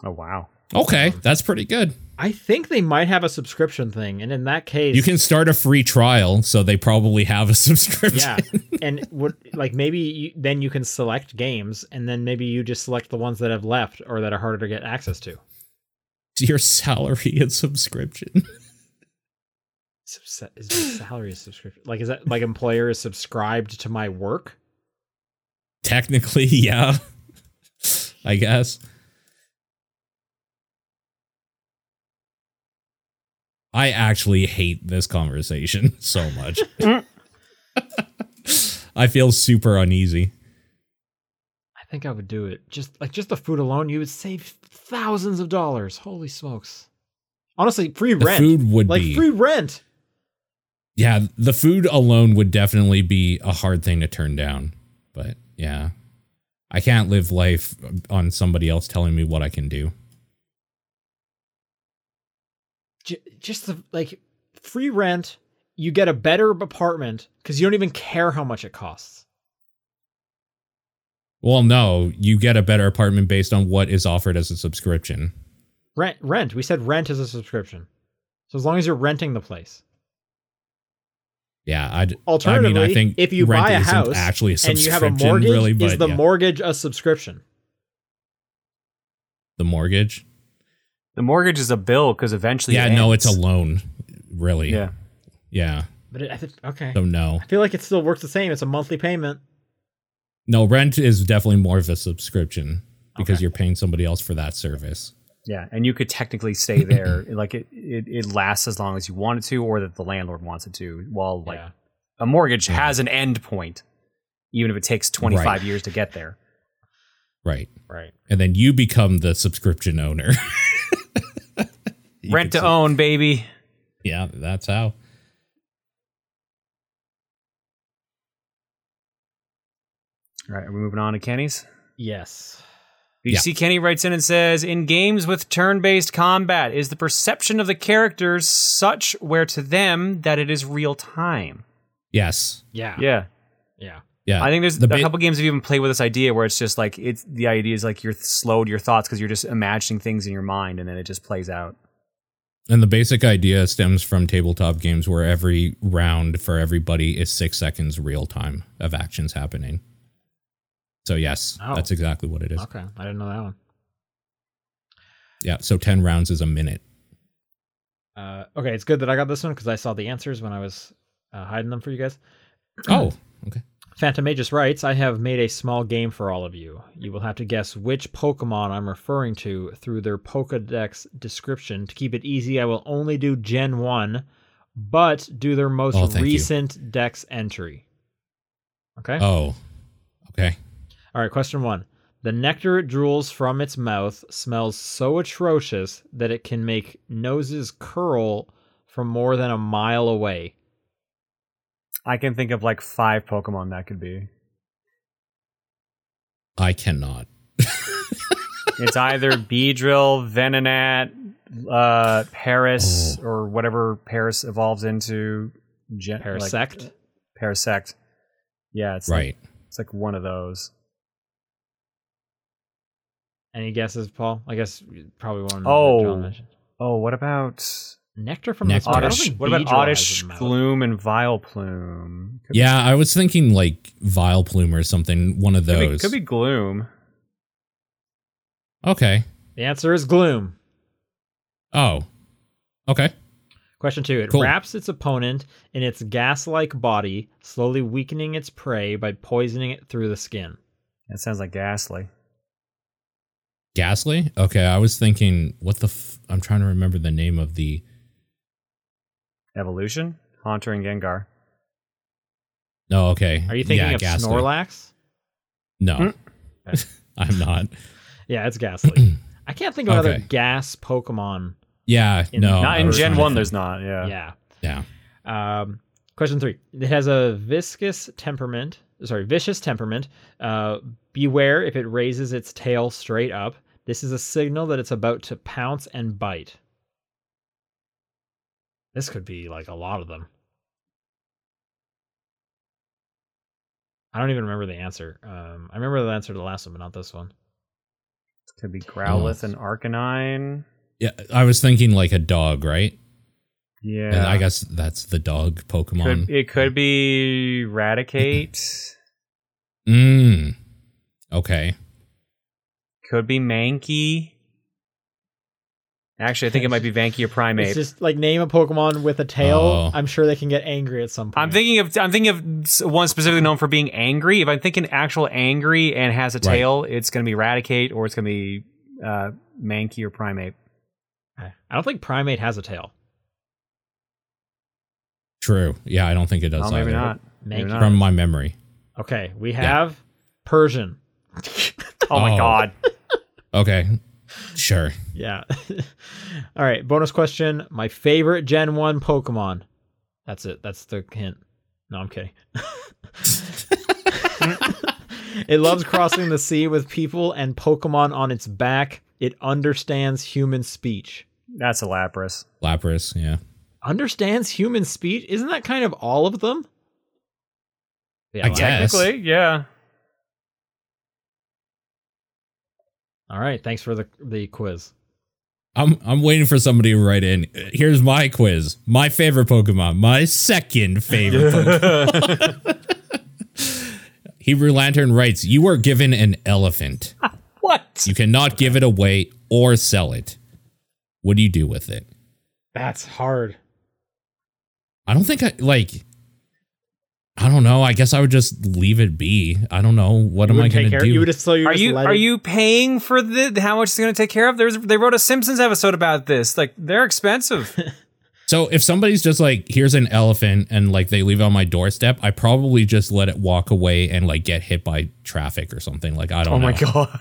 Speaker 2: Oh wow.
Speaker 1: Okay, that's pretty good.
Speaker 3: I think they might have a subscription thing, and in that case,
Speaker 1: You can start a free trial, so they probably have a [LAUGHS] subscription.
Speaker 3: yeah,
Speaker 1: [LAUGHS]
Speaker 3: and what like maybe you, then you can select games, and then maybe you just select the ones that have left or that are harder to get access to.
Speaker 1: Your salary and subscription. [LAUGHS]
Speaker 3: Subs-
Speaker 1: [SIGHS]
Speaker 3: Is my salary a subscription? Like, is that like employer is subscribed to my work?
Speaker 1: Technically, yeah. I guess. I actually hate this conversation [LAUGHS] so much.
Speaker 3: Mm.
Speaker 1: [LAUGHS] I feel super uneasy.
Speaker 3: I think I would do it. Just like just the food alone, you would save thousands of dollars. Holy smokes! Honestly, free
Speaker 1: The
Speaker 3: rent,
Speaker 1: food would
Speaker 3: like
Speaker 1: be
Speaker 3: free rent.
Speaker 1: Yeah, the food alone would definitely be a hard thing to turn down. But yeah. I can't live life on somebody else telling me what I can do.
Speaker 3: J- just the like free rent. You get a better apartment because you don't even care how much it costs.
Speaker 1: Well, no, you get a better apartment based on what is offered as a subscription.
Speaker 3: Rent, rent. We said rent is a subscription. So as long as you're renting the place,
Speaker 1: Yeah, I'd, I
Speaker 3: alternatively,
Speaker 1: mean, I think
Speaker 3: if you
Speaker 1: rent
Speaker 3: buy a
Speaker 1: isn't
Speaker 3: house
Speaker 1: actually a
Speaker 3: and you have
Speaker 1: subscription,
Speaker 3: a mortgage,
Speaker 1: really, but
Speaker 3: is the
Speaker 1: yeah.
Speaker 3: mortgage a subscription?
Speaker 1: the mortgage.
Speaker 2: The mortgage is a bill because eventually.
Speaker 1: Yeah,
Speaker 2: it
Speaker 1: no,
Speaker 2: ends.
Speaker 1: it's a loan, really.
Speaker 2: Yeah.
Speaker 1: yeah.
Speaker 3: But it, I think, okay,
Speaker 1: So no,
Speaker 3: I feel like it still works the same. It's a monthly payment.
Speaker 1: no, rent is definitely more of a subscription because
Speaker 3: Okay.
Speaker 1: you're paying somebody else for that service.
Speaker 2: Yeah, and you could
Speaker 1: [LAUGHS]
Speaker 2: technically stay there. like it, it, it lasts as long as you want it to, or that the landlord wants it to. While like
Speaker 3: Yeah.
Speaker 2: a mortgage has an end point, even if it takes twenty five
Speaker 1: Right.
Speaker 2: years to get there.
Speaker 1: Right.
Speaker 3: Right.
Speaker 1: And then you become the subscription owner. [LAUGHS] You
Speaker 2: Rent
Speaker 1: could
Speaker 2: to
Speaker 1: say-
Speaker 2: own, baby.
Speaker 1: Yeah, that's how.
Speaker 2: All right, are we moving on to Kenny's?
Speaker 3: Yes.
Speaker 2: You
Speaker 1: Yeah.
Speaker 2: see, Kenny writes in and says, "In games with turn-based combat, is the perception of the characters such where to them that it is real time?"
Speaker 1: Yes.
Speaker 3: Yeah.
Speaker 2: Yeah,
Speaker 3: Yeah.
Speaker 1: Yeah.
Speaker 2: I think there's
Speaker 1: the
Speaker 2: a
Speaker 1: bit-
Speaker 2: couple games have even played with this idea where it's just like it's the idea is like you're slow to your thoughts because you're just imagining things in your mind and then it just plays out.
Speaker 1: And the basic idea stems from tabletop games where every round for everybody is six seconds real time of actions happening. So, yes,
Speaker 3: Oh.
Speaker 1: that's exactly what it is.
Speaker 3: Okay. I didn't know that one.
Speaker 1: Yeah. So, 10 rounds is a
Speaker 2: [CLEARS THROAT]
Speaker 1: minute.
Speaker 3: Uh, okay, it's good that I got this one because I saw the answers when I was uh, hiding them for you guys.
Speaker 1: Oh, okay.
Speaker 3: Phantomagus writes, I have made a small game for all of you. You will have to guess which Pokemon I'm referring to through their Pokedex description. To keep it easy, I will only do Gen 1, but do their most
Speaker 1: Oh, thank you.
Speaker 3: recent Dex entry. Okay?
Speaker 1: Oh, okay.
Speaker 3: All right, question one. The nectar it drools from its mouth smells so atrocious that it can make noses curl from more than a mile away.
Speaker 2: I can think of like five Pokemon that could be.
Speaker 1: I cannot. [LAUGHS]
Speaker 2: It's either Beedrill, Venonat, uh, Paris,
Speaker 1: Oh.
Speaker 2: or whatever Paris evolves into. Gen- like- uh,
Speaker 3: Parasect?
Speaker 2: Parasect. Yeah, it's Like,
Speaker 1: Right.
Speaker 2: it's like one of those.
Speaker 3: Any guesses, Paul? I guess you probably one. that
Speaker 2: Oh.
Speaker 3: John mentioned.
Speaker 2: Oh, what about
Speaker 3: nectar from
Speaker 1: Nectar.
Speaker 3: the I don't
Speaker 2: Oddish?
Speaker 3: think
Speaker 2: What about
Speaker 3: Beedrill has
Speaker 2: Oddish
Speaker 3: a mouth.
Speaker 2: Gloom and Vileplume? Could be-
Speaker 1: Yeah, I was thinking like Vileplume or something, one of
Speaker 2: could be-
Speaker 1: those.
Speaker 2: could be Gloom.
Speaker 1: Okay.
Speaker 3: The answer is gloom.
Speaker 1: Oh. Okay.
Speaker 3: Question two: It
Speaker 1: Cool.
Speaker 3: wraps its opponent in its gas-like body, slowly weakening its prey by poisoning it through the skin.
Speaker 2: That sounds like Ghastly.
Speaker 1: Ghastly? Okay, I was thinking what the f- I'm trying to remember the name of the
Speaker 2: Evolution, Haunter, and Gengar.
Speaker 1: No, okay.
Speaker 3: Are you thinking
Speaker 1: Yeah,
Speaker 3: of
Speaker 1: Ghastly.
Speaker 3: Snorlax?
Speaker 1: No.
Speaker 3: Okay.
Speaker 1: [LAUGHS] I'm not.
Speaker 3: Yeah, it's
Speaker 1: [CLEARS THROAT]
Speaker 3: Ghastly. I can't think of another
Speaker 1: Okay.
Speaker 3: gas Pokemon.
Speaker 1: Yeah,
Speaker 3: In-
Speaker 1: no.
Speaker 2: not
Speaker 1: I
Speaker 2: in
Speaker 1: was
Speaker 2: Gen
Speaker 1: trying to
Speaker 2: 1,
Speaker 1: think-
Speaker 2: there's not. Yeah.
Speaker 3: Yeah.
Speaker 1: Yeah.
Speaker 3: Um, question three. It has a viscous temperament. Sorry, vicious temperament. Uh, beware if it raises its tail straight up. This is a signal that it's about to pounce and bite. This could be like a lot of them. I don't even remember the answer. Um, I remember the answer to the last one, but not this one.
Speaker 2: Could be Growlithe and Arcanine.
Speaker 1: Yeah, I was thinking like a dog, right?
Speaker 2: Yeah.
Speaker 1: And I guess that's the dog Pokemon.
Speaker 2: Could, it could be Radicate.
Speaker 1: Mm. Okay.
Speaker 2: could be Mankey. Actually, I think it might be Mankey or Primate.
Speaker 3: It's just like name a Pokemon with a tail.
Speaker 1: Oh.
Speaker 3: I'm sure they can get angry at some point.
Speaker 2: I'm thinking of I'm thinking of s- one specifically known for being angry. If I'm thinking actual angry and has a
Speaker 1: Right.
Speaker 2: tail, it's going to be Radicate or it's going to be uh, Mankey or Primate.
Speaker 3: I don't think Primate has a tail.
Speaker 1: True. Yeah, I don't think it does
Speaker 2: Oh,
Speaker 1: either.
Speaker 2: maybe not.
Speaker 3: Mankey.
Speaker 2: Maybe not.
Speaker 1: From my memory.
Speaker 3: Okay, we
Speaker 1: Yeah.
Speaker 3: have Persian.
Speaker 2: Oh my
Speaker 1: Oh.
Speaker 2: god.
Speaker 1: Okay. Sure. [LAUGHS]
Speaker 3: yeah. [LAUGHS] All right, bonus question. My favorite Gen 1 Pokemon. That's it. That's the hint. No, I'm kidding. [LAUGHS] it loves crossing the sea with people and Pokemon on its back. It understands human speech.
Speaker 2: That's
Speaker 1: [LAUGHS]
Speaker 2: a Lapras.
Speaker 1: Lapras, yeah.
Speaker 3: Understands human speech? Isn't that kind of all of them? Yeah,
Speaker 1: I
Speaker 3: wow.
Speaker 1: guess.
Speaker 2: Technically,
Speaker 1: [LAUGHS]
Speaker 2: yeah.
Speaker 3: All right, thanks for the the quiz.
Speaker 1: I'm I'm waiting for somebody to write in. Here's my quiz. My favorite Pokemon. My second favorite
Speaker 2: [LAUGHS]
Speaker 1: Pokemon. Hebrew Lantern writes, You are given an elephant.
Speaker 2: What?
Speaker 1: You cannot give it away or sell it. What do you do with it?
Speaker 3: That's hard.
Speaker 1: I don't think I like I don't know. I guess I would just leave it be. I don't know. What am I
Speaker 3: Wouldn't take
Speaker 1: going to
Speaker 3: care-
Speaker 1: do?
Speaker 3: You would just, so you
Speaker 2: Are
Speaker 3: just
Speaker 2: you
Speaker 3: let
Speaker 2: are
Speaker 3: it-
Speaker 2: you paying for the how much it's going to take care of? There's they wrote a Simpsons episode about this. Like
Speaker 1: [LAUGHS]
Speaker 2: they're expensive.
Speaker 1: so if somebody's just like, here's an elephant and like they leave it on my doorstep, I probably just let it walk away and like get hit by traffic or something. Like,
Speaker 3: Oh
Speaker 1: I don't know.
Speaker 2: god.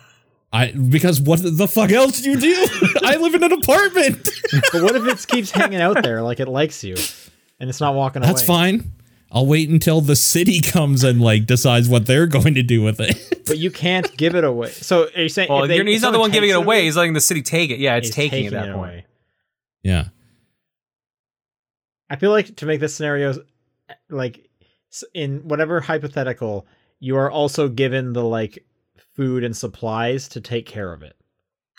Speaker 1: I, because what the fuck else do you do? [LAUGHS] I live in an apartment.
Speaker 3: But what if it keeps hanging out there like it likes you, and it's not walking
Speaker 1: That's
Speaker 3: away?
Speaker 1: fine. I'll wait until the city [LAUGHS] comes and like decides what they're going to do with it. [LAUGHS]
Speaker 3: But you can't give it away. So are you saying
Speaker 2: Well,
Speaker 3: if they,
Speaker 2: you're-
Speaker 3: if
Speaker 2: he's not the one
Speaker 3: someone
Speaker 2: giving it
Speaker 3: takes
Speaker 2: away. He's letting the city take it. Yeah, it's
Speaker 3: he's
Speaker 2: taking, it at that
Speaker 3: it
Speaker 2: point.
Speaker 3: away.
Speaker 1: yeah.
Speaker 3: I feel like to make this scenario, like s- in whatever hypothetical, you are also given the like food and supplies to take care of it.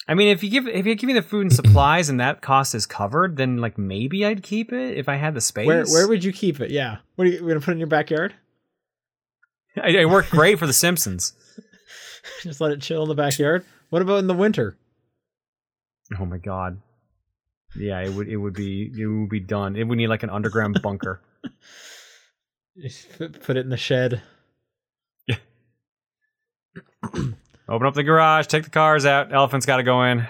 Speaker 2: I mean, if you give if you give me the
Speaker 3: [CLEARS THROAT]
Speaker 2: food and supplies and that cost is covered, then like maybe I'd keep it if I had the space.
Speaker 3: Where where would you keep it? Yeah, what are you gonna put it in your backyard?
Speaker 2: [LAUGHS]
Speaker 3: [LAUGHS]
Speaker 2: I, it worked great for the Simpsons.
Speaker 3: Just let it chill in the backyard. What about in the winter? [LAUGHS]
Speaker 2: Oh my god. Yeah, it would it would be it would be done. It would need like an
Speaker 3: [LAUGHS]
Speaker 2: underground bunker.
Speaker 3: Just put- Put it in the shed.
Speaker 2: Open up the garage, take the cars out. Elephant's got to go in.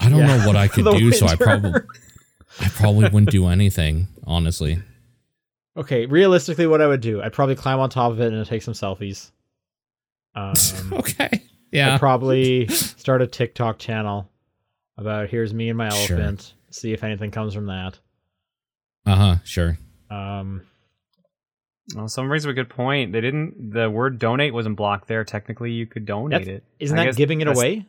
Speaker 1: I don't
Speaker 3: Yeah.
Speaker 1: know
Speaker 3: [LAUGHS]
Speaker 1: what I could
Speaker 3: The
Speaker 1: do, so I
Speaker 3: winter.
Speaker 1: probably I probably wouldn't do anything, honestly.
Speaker 3: Okay, realistically, what I would do, I'd probably climb on top of it and take some selfies.
Speaker 2: [LAUGHS]
Speaker 3: [LAUGHS] Um,
Speaker 1: [LAUGHS]
Speaker 2: Oh,
Speaker 1: okay.
Speaker 3: I'd
Speaker 1: Yeah.
Speaker 3: probably start a TikTok channel about here's me and my
Speaker 1: Sure.
Speaker 3: elephant. See if anything comes from that.
Speaker 1: Uh huh. Sure.
Speaker 3: Um,
Speaker 2: Well, someone brings up a good point. They didn't. The word "donate" wasn't blocked there. Technically, you could donate
Speaker 3: That's-
Speaker 2: it.
Speaker 3: isn't
Speaker 2: I
Speaker 3: that
Speaker 2: guess
Speaker 3: giving it
Speaker 2: that's-
Speaker 3: away?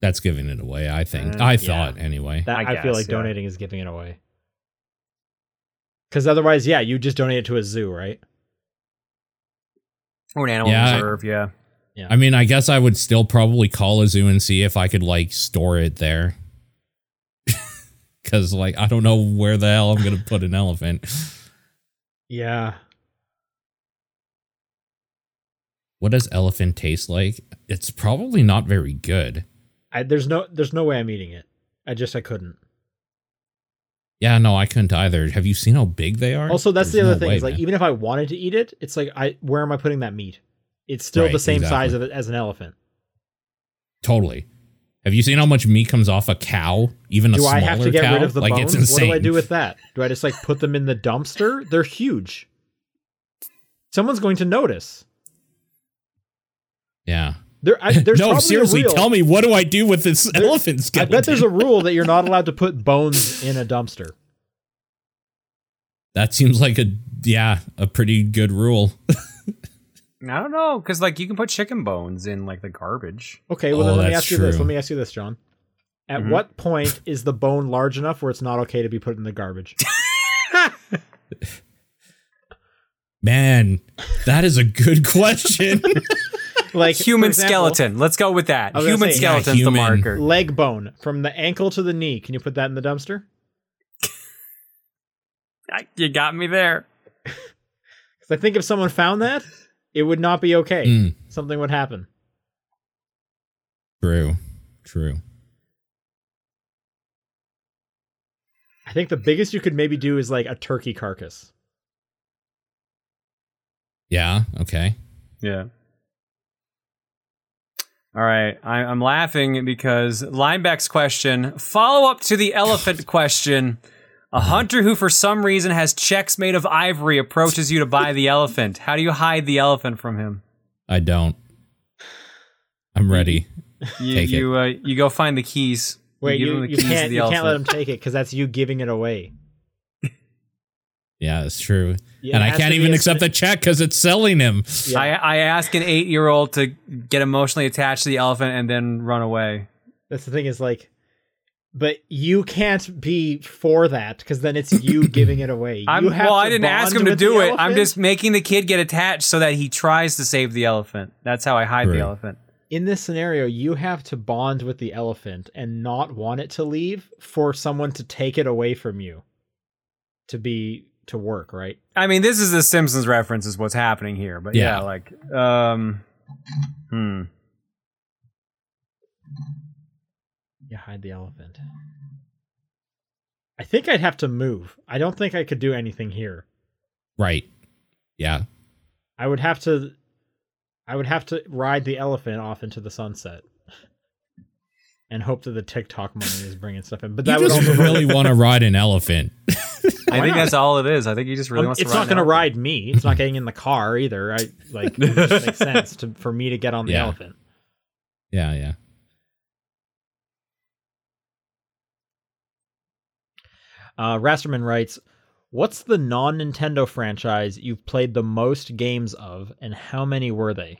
Speaker 1: That's giving it away. I
Speaker 3: Mm,
Speaker 1: think.
Speaker 2: Uh,
Speaker 1: I thought anyway.
Speaker 3: That I,
Speaker 2: I
Speaker 3: feel
Speaker 2: guess,
Speaker 3: like
Speaker 2: yeah.
Speaker 3: donating is giving it away. Because otherwise, yeah, you just donate it to a zoo, right?
Speaker 2: Or an animal
Speaker 1: Yeah, I-
Speaker 2: reserve. Yeah.
Speaker 1: I mean, I guess I would still probably call a zoo and see if I could like store it there. [LAUGHS] Cause like I don't know where the hell I'm gonna put an elephant.
Speaker 3: Yeah.
Speaker 1: What does elephant taste like? It's probably not very good.
Speaker 3: I, there's no there's no way I'm eating it. I just I couldn't.
Speaker 1: Yeah, no, I couldn't either. Have you seen how big they are?
Speaker 3: Also, that's
Speaker 1: There's
Speaker 3: the other
Speaker 1: no
Speaker 3: thing.
Speaker 1: way,
Speaker 3: is like e-
Speaker 1: man.
Speaker 3: even if I wanted to eat it, it's like I where am I putting that meat? It's still
Speaker 1: Right,
Speaker 3: the same size
Speaker 1: exactly.
Speaker 3: of it as an elephant.
Speaker 1: Totally. Have you seen how much meat comes off a cow? Even a
Speaker 3: do
Speaker 1: smaller
Speaker 3: I have to get
Speaker 1: cow?
Speaker 3: rid of the
Speaker 1: like it's
Speaker 3: bones?
Speaker 1: insane.
Speaker 3: What do I do with that? Do I just like put them in the dumpster? They're huge. Someone's going to notice.
Speaker 1: yeah.
Speaker 3: There,
Speaker 1: [LAUGHS]
Speaker 3: I, there's
Speaker 1: no,
Speaker 3: probably
Speaker 1: seriously,
Speaker 3: a rule.
Speaker 1: tell me what do I do with this
Speaker 3: There-
Speaker 1: elephant
Speaker 3: I
Speaker 1: skeleton?
Speaker 3: bet there's a rule that you're not allowed to put bones in a dumpster.
Speaker 1: that seems like a yeah, a pretty good rule.
Speaker 2: I don't know, because like you can put chicken bones in like the garbage.
Speaker 3: Okay, well
Speaker 1: Oh,
Speaker 3: then let me
Speaker 1: that's
Speaker 3: ask you this.
Speaker 1: true.
Speaker 3: Let me ask you this, John. At
Speaker 2: Mhm.
Speaker 3: what point is the bone large enough where it's not okay to be put in
Speaker 1: [LAUGHS]
Speaker 3: the garbage?
Speaker 1: Man, that is a good [LAUGHS]
Speaker 3: [LAUGHS]
Speaker 1: question.
Speaker 3: Like for
Speaker 2: human
Speaker 3: example,
Speaker 2: skeleton. Let's go with that.
Speaker 3: I was gonna
Speaker 2: Human
Speaker 3: say-
Speaker 1: Yeah,
Speaker 2: skeleton's
Speaker 1: human.
Speaker 2: the marker.
Speaker 3: Leg bone from the ankle to the knee. Can you put that in the dumpster? Ah,
Speaker 2: I- you got me there.
Speaker 3: Because I think if someone found that, it would not be okay.
Speaker 1: Mm,
Speaker 3: Something would happen.
Speaker 1: true. True.
Speaker 3: I think the biggest you could maybe do is like a turkey carcass.
Speaker 1: Yeah, okay.
Speaker 2: Yeah. All right, I, I'm laughing because Lineback's question, follow up to the elephant question. A hunter who, for some reason, has checks made of ivory approaches you to buy the elephant. How do you hide the elephant from him?
Speaker 1: I don't. I'm ready.
Speaker 2: You
Speaker 1: Take it.
Speaker 2: you, Uh, you go find the keys.
Speaker 3: Wait,
Speaker 2: give
Speaker 3: you,
Speaker 2: him the
Speaker 3: you
Speaker 2: keys to
Speaker 3: can't
Speaker 2: the
Speaker 3: you can't let
Speaker 2: elephant.
Speaker 3: him take it because that's you giving it away.
Speaker 1: Yeah, it's true.
Speaker 3: It
Speaker 1: [LAUGHS] and I
Speaker 3: has to
Speaker 1: can't
Speaker 3: be
Speaker 1: even
Speaker 3: a-
Speaker 1: accept the check because it's selling him.
Speaker 3: Yeah.
Speaker 2: I, I ask an eight year old to get emotionally attached to the elephant and then run away.
Speaker 3: That's the thing is like, but you can't be for that because then it's you giving it away.
Speaker 2: I'm,
Speaker 3: you have
Speaker 2: well,
Speaker 3: to
Speaker 2: I didn't ask
Speaker 3: bond
Speaker 2: him to
Speaker 3: with the
Speaker 2: do it. I'm
Speaker 3: elephant.
Speaker 2: just making the kid get attached so that he tries to save the elephant. That's how I hide
Speaker 1: Right.
Speaker 2: the elephant.
Speaker 3: in this scenario, you have to bond with the elephant and not want it to leave for someone to take it away from you to be to work, right?
Speaker 2: I mean, this is the Simpsons reference, is what's happening here. But yeah,
Speaker 1: Yeah.
Speaker 2: like, um, hmm.
Speaker 3: You hide the elephant. I think I'd have to move. I don't think I could do anything here.
Speaker 1: Right. Yeah.
Speaker 3: I would have to I would have to ride the elephant off into the sunset and hope that the TikTok money is bringing stuff in. But that
Speaker 1: you
Speaker 3: would
Speaker 1: just [LAUGHS]
Speaker 3: also
Speaker 1: really want to ride an elephant.
Speaker 2: I think
Speaker 3: not?
Speaker 2: that's all it is. I think he just really
Speaker 3: Um,
Speaker 2: wants
Speaker 3: it's
Speaker 2: to
Speaker 3: not
Speaker 2: ride.
Speaker 3: going to
Speaker 2: now.
Speaker 3: ride me. It's not getting in the car either. I like it
Speaker 2: [LAUGHS]
Speaker 3: just makes sense to, for me to get on the
Speaker 1: Yeah.
Speaker 3: elephant.
Speaker 1: Yeah, yeah.
Speaker 3: Uh, Rasterman writes, "What's the non-Nintendo franchise you've played the most games of, and how many were they?"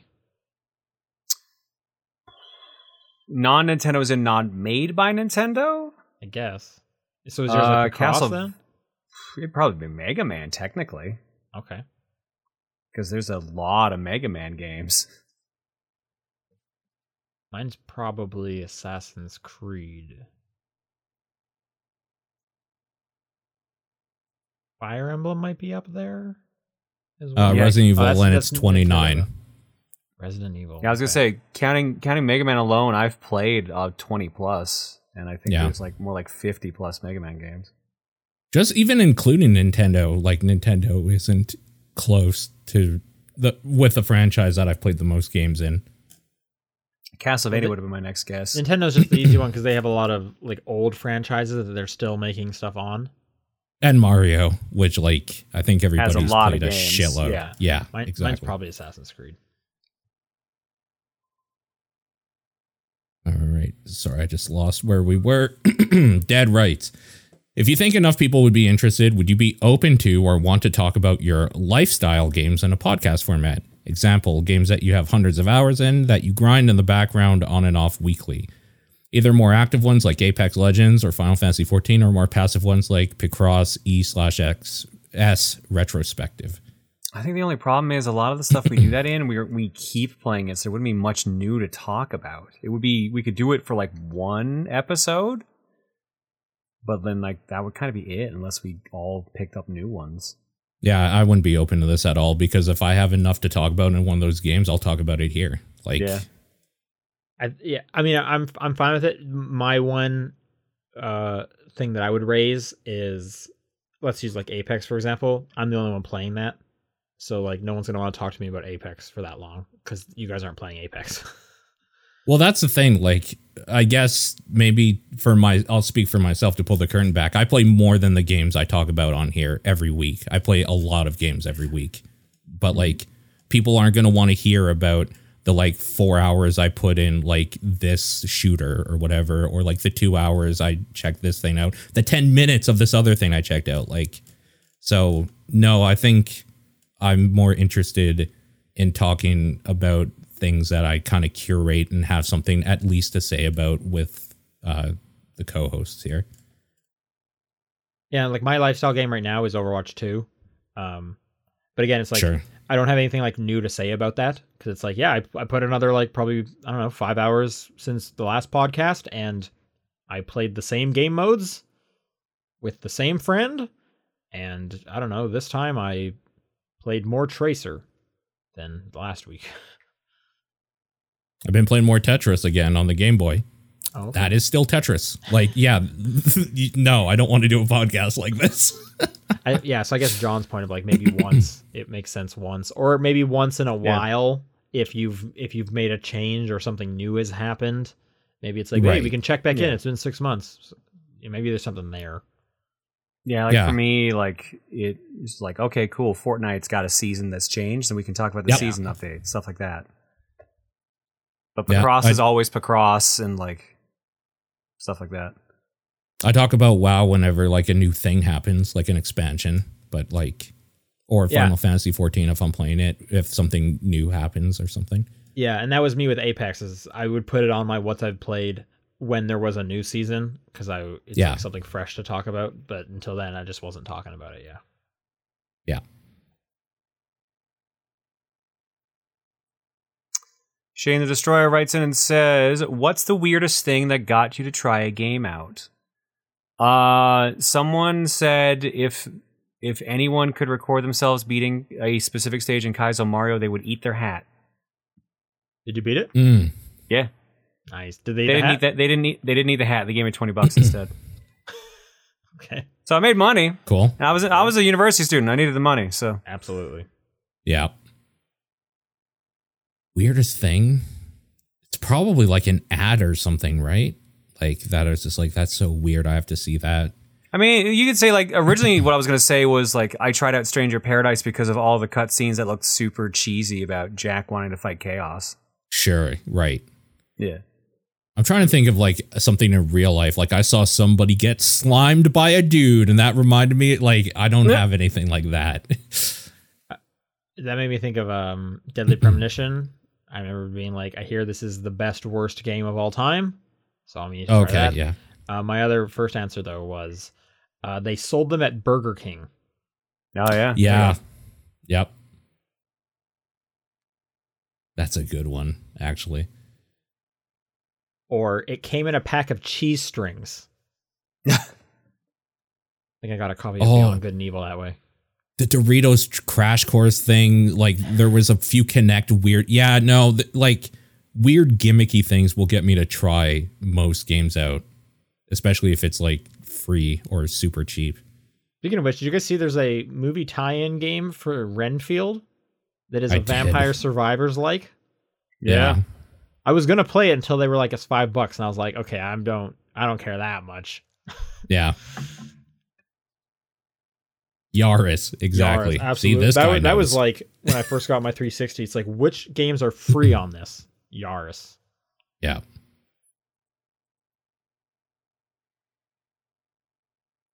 Speaker 2: Non Nintendo is in not made by Nintendo.
Speaker 3: I guess. So is yours
Speaker 2: Uh,
Speaker 3: like across
Speaker 2: Castle-
Speaker 3: then?
Speaker 2: It'd probably be Mega Man technically,
Speaker 3: Okay.
Speaker 2: because there's a lot of Mega Man games.
Speaker 3: Mine's probably Assassin's Creed. Fire Emblem might be up there. as
Speaker 1: Uh,
Speaker 3: well.
Speaker 2: Yeah,
Speaker 1: Resident
Speaker 3: Oh,
Speaker 1: Evil
Speaker 3: that's-
Speaker 1: Len,
Speaker 3: that's
Speaker 1: it's twenty nine.
Speaker 3: Nintendo. Resident Evil.
Speaker 2: Yeah, I was gonna
Speaker 3: okay.
Speaker 2: say counting counting Mega Man alone, I've played uh, twenty plus, and I think
Speaker 1: Yeah.
Speaker 2: there's like more like fifty plus Mega Man games.
Speaker 1: Just even including Nintendo, like Nintendo isn't close to the with the franchise that I've played the most games in.
Speaker 2: Castlevania
Speaker 3: Well,
Speaker 2: would have been my next guess.
Speaker 3: Nintendo's just the
Speaker 2: [LAUGHS]
Speaker 3: easy one because they have a lot of like old franchises that they're still making stuff on.
Speaker 1: And Mario, which like I think everybody's
Speaker 2: lot of
Speaker 1: played a
Speaker 2: games,
Speaker 1: shitload.
Speaker 2: yeah.
Speaker 1: Yeah,
Speaker 3: Mine, Mine's
Speaker 1: exactly.
Speaker 3: probably Assassin's Creed.
Speaker 1: All right. Sorry, I just lost where we were. [CLEARS THROAT] Dad writes If you think enough people would be interested, would you be open to or want to talk about your lifestyle games in a podcast format? Example, games that you have hundreds of hours in that you grind in the background on and off weekly. Either more active ones like Apex Legends or Final Fantasy 14 or more passive ones like Picross E slash X S retrospective.
Speaker 2: I think the only problem is a lot of the stuff we do that in, we we keep playing it, so there wouldn't be much new to talk about. It would be we could do it for like one episode, but then like that would kind of be it, unless we all picked up new ones.
Speaker 1: Yeah, I wouldn't be open to this at all because if I have enough to talk about in one of those games, I'll talk about it here. Like
Speaker 2: Yeah.
Speaker 3: I, yeah, I mean, I'm I'm fine with it. My one uh thing that I would raise is let's use like Apex for example. I'm the only one playing that, so like no one's gonna want to talk to me about Apex for that long because you guys aren't playing Apex. [LAUGHS]
Speaker 1: Well, that's the thing. Like, I guess maybe for my, I'll speak for myself to pull the curtain back. I play more than the games I talk about on here every week. I play a lot of games every week, but like, people aren't going to want to hear about the like four hours I put in like this shooter or whatever, or like the two hours I checked this thing out, the 10 minutes of this other thing I checked out. Like, so no, I think I'm more interested in talking about things that I kind of curate and have something at least to say about with uh, the co-hosts here.
Speaker 3: yeah, like my lifestyle game right now is Overwatch Two, um, but again, it's like
Speaker 1: sure.
Speaker 3: I don't have anything like new to say about that because it's like, yeah, I, I put another like probably I don't know five hours since the last podcast, and I played the same game modes with the same friend, and I don't know this time I played more Tracer than last week.
Speaker 1: I've been playing more Tetris again on the Game Boy.
Speaker 3: Oh,
Speaker 1: That is still Tetris. Like, yeah, [LAUGHS] you- no, I don't want to do a podcast like this.
Speaker 3: I, yeah. So I guess John's point of like maybe once it makes sense once, or maybe once in a
Speaker 2: Yeah.
Speaker 3: while if you've if you've made a change or something new has happened, maybe it's like, hey, we
Speaker 1: Right.
Speaker 3: can check back in.
Speaker 2: Yeah.
Speaker 3: It's been six months. So, yeah, maybe there's something there.
Speaker 2: Yeah, like
Speaker 1: Yeah.
Speaker 2: for me, like it's like okay, cool. Fortnite's got a season that's changed, and we can talk about the
Speaker 1: Yep.
Speaker 2: season update stuff like that. But
Speaker 1: Yeah,
Speaker 2: Pacross
Speaker 1: I-
Speaker 2: is always Pacross, and like stuff like that.
Speaker 1: I talk about WoW whenever like a new thing happens, like an expansion, but like, or
Speaker 3: Yeah.
Speaker 1: Final Fantasy 14 if I'm playing it, if something new happens or something.
Speaker 3: Yeah, and that was me with Apex. Is I would put it on my what's I've played when there was a new season because I it's
Speaker 1: Yeah.
Speaker 3: like something fresh to talk about. But until then, I just wasn't talking about it. Yeah.
Speaker 2: Shane the Destroyer writes in and says, "What's the weirdest thing that got you to try a game out?" Uh, someone said if if anyone could record themselves beating a specific stage in Kaizo Mario, they would eat their hat.
Speaker 3: Did you beat it?
Speaker 1: Mm.
Speaker 2: Yeah,
Speaker 3: Nice. Did they?
Speaker 2: they
Speaker 3: eat the
Speaker 2: didn't
Speaker 3: hat?
Speaker 2: eat that. They didn't eat. They didn't eat the hat. They gave me twenty bucks instead.
Speaker 3: [LAUGHS] Okay.
Speaker 2: So I made money.
Speaker 1: Cool.
Speaker 2: And I was I was a university student. I needed the money. So
Speaker 3: Absolutely.
Speaker 1: Yeah. weirdest thing. It's probably like an ad or something, right? Like that is just like that's so weird. I have to see that.
Speaker 2: I mean, you could say like originally what I was gonna say was like I tried out Stranger Paradise because of all the cutscenes that looked super cheesy about Jack wanting to fight Chaos.
Speaker 1: Sure, right.
Speaker 2: Yeah.
Speaker 1: I'm trying to think of like something in real life. Like I saw somebody get slimed by a dude, and that reminded me. Like I don't
Speaker 2: Yeah.
Speaker 1: have anything like that. [LAUGHS]
Speaker 3: That made me think of um, Deadly Premonition. I remember being like, I hear this is the best worst game of all time, so I'm gonna try
Speaker 1: okay,
Speaker 3: that.
Speaker 1: yeah.
Speaker 3: Uh, my other first answer though was uh, they sold them at Burger King.
Speaker 2: Oh yeah.
Speaker 1: Yeah. Yep. That's a good one, actually.
Speaker 3: or it came in a pack of cheese strings. I think I got a copy of
Speaker 1: Oh.
Speaker 3: Beyond Good and Evil that way.
Speaker 1: The Doritos tr- crash course thing, like there was a few connect weird. Yeah, no, th- like weird gimmicky things will get me to try most games out, especially if it's like free or super cheap.
Speaker 3: Speaking of which, did you guys see there's a movie tie-in game for Renfield that is
Speaker 1: I
Speaker 3: a
Speaker 1: did.
Speaker 3: Vampire Survivors like?
Speaker 2: Yeah.
Speaker 3: I was gonna play it until they were like it's five bucks, and I was like, okay, I am don't I don't care that much.
Speaker 1: Yeah. Yaris, exactly.
Speaker 3: Yaris,
Speaker 1: See,
Speaker 3: absolutely.
Speaker 1: this
Speaker 3: that
Speaker 1: guy
Speaker 3: was, that was
Speaker 1: knows.
Speaker 3: like when I first got my 360. It's like which games are free on this? Yaris.
Speaker 1: [LAUGHS] yeah.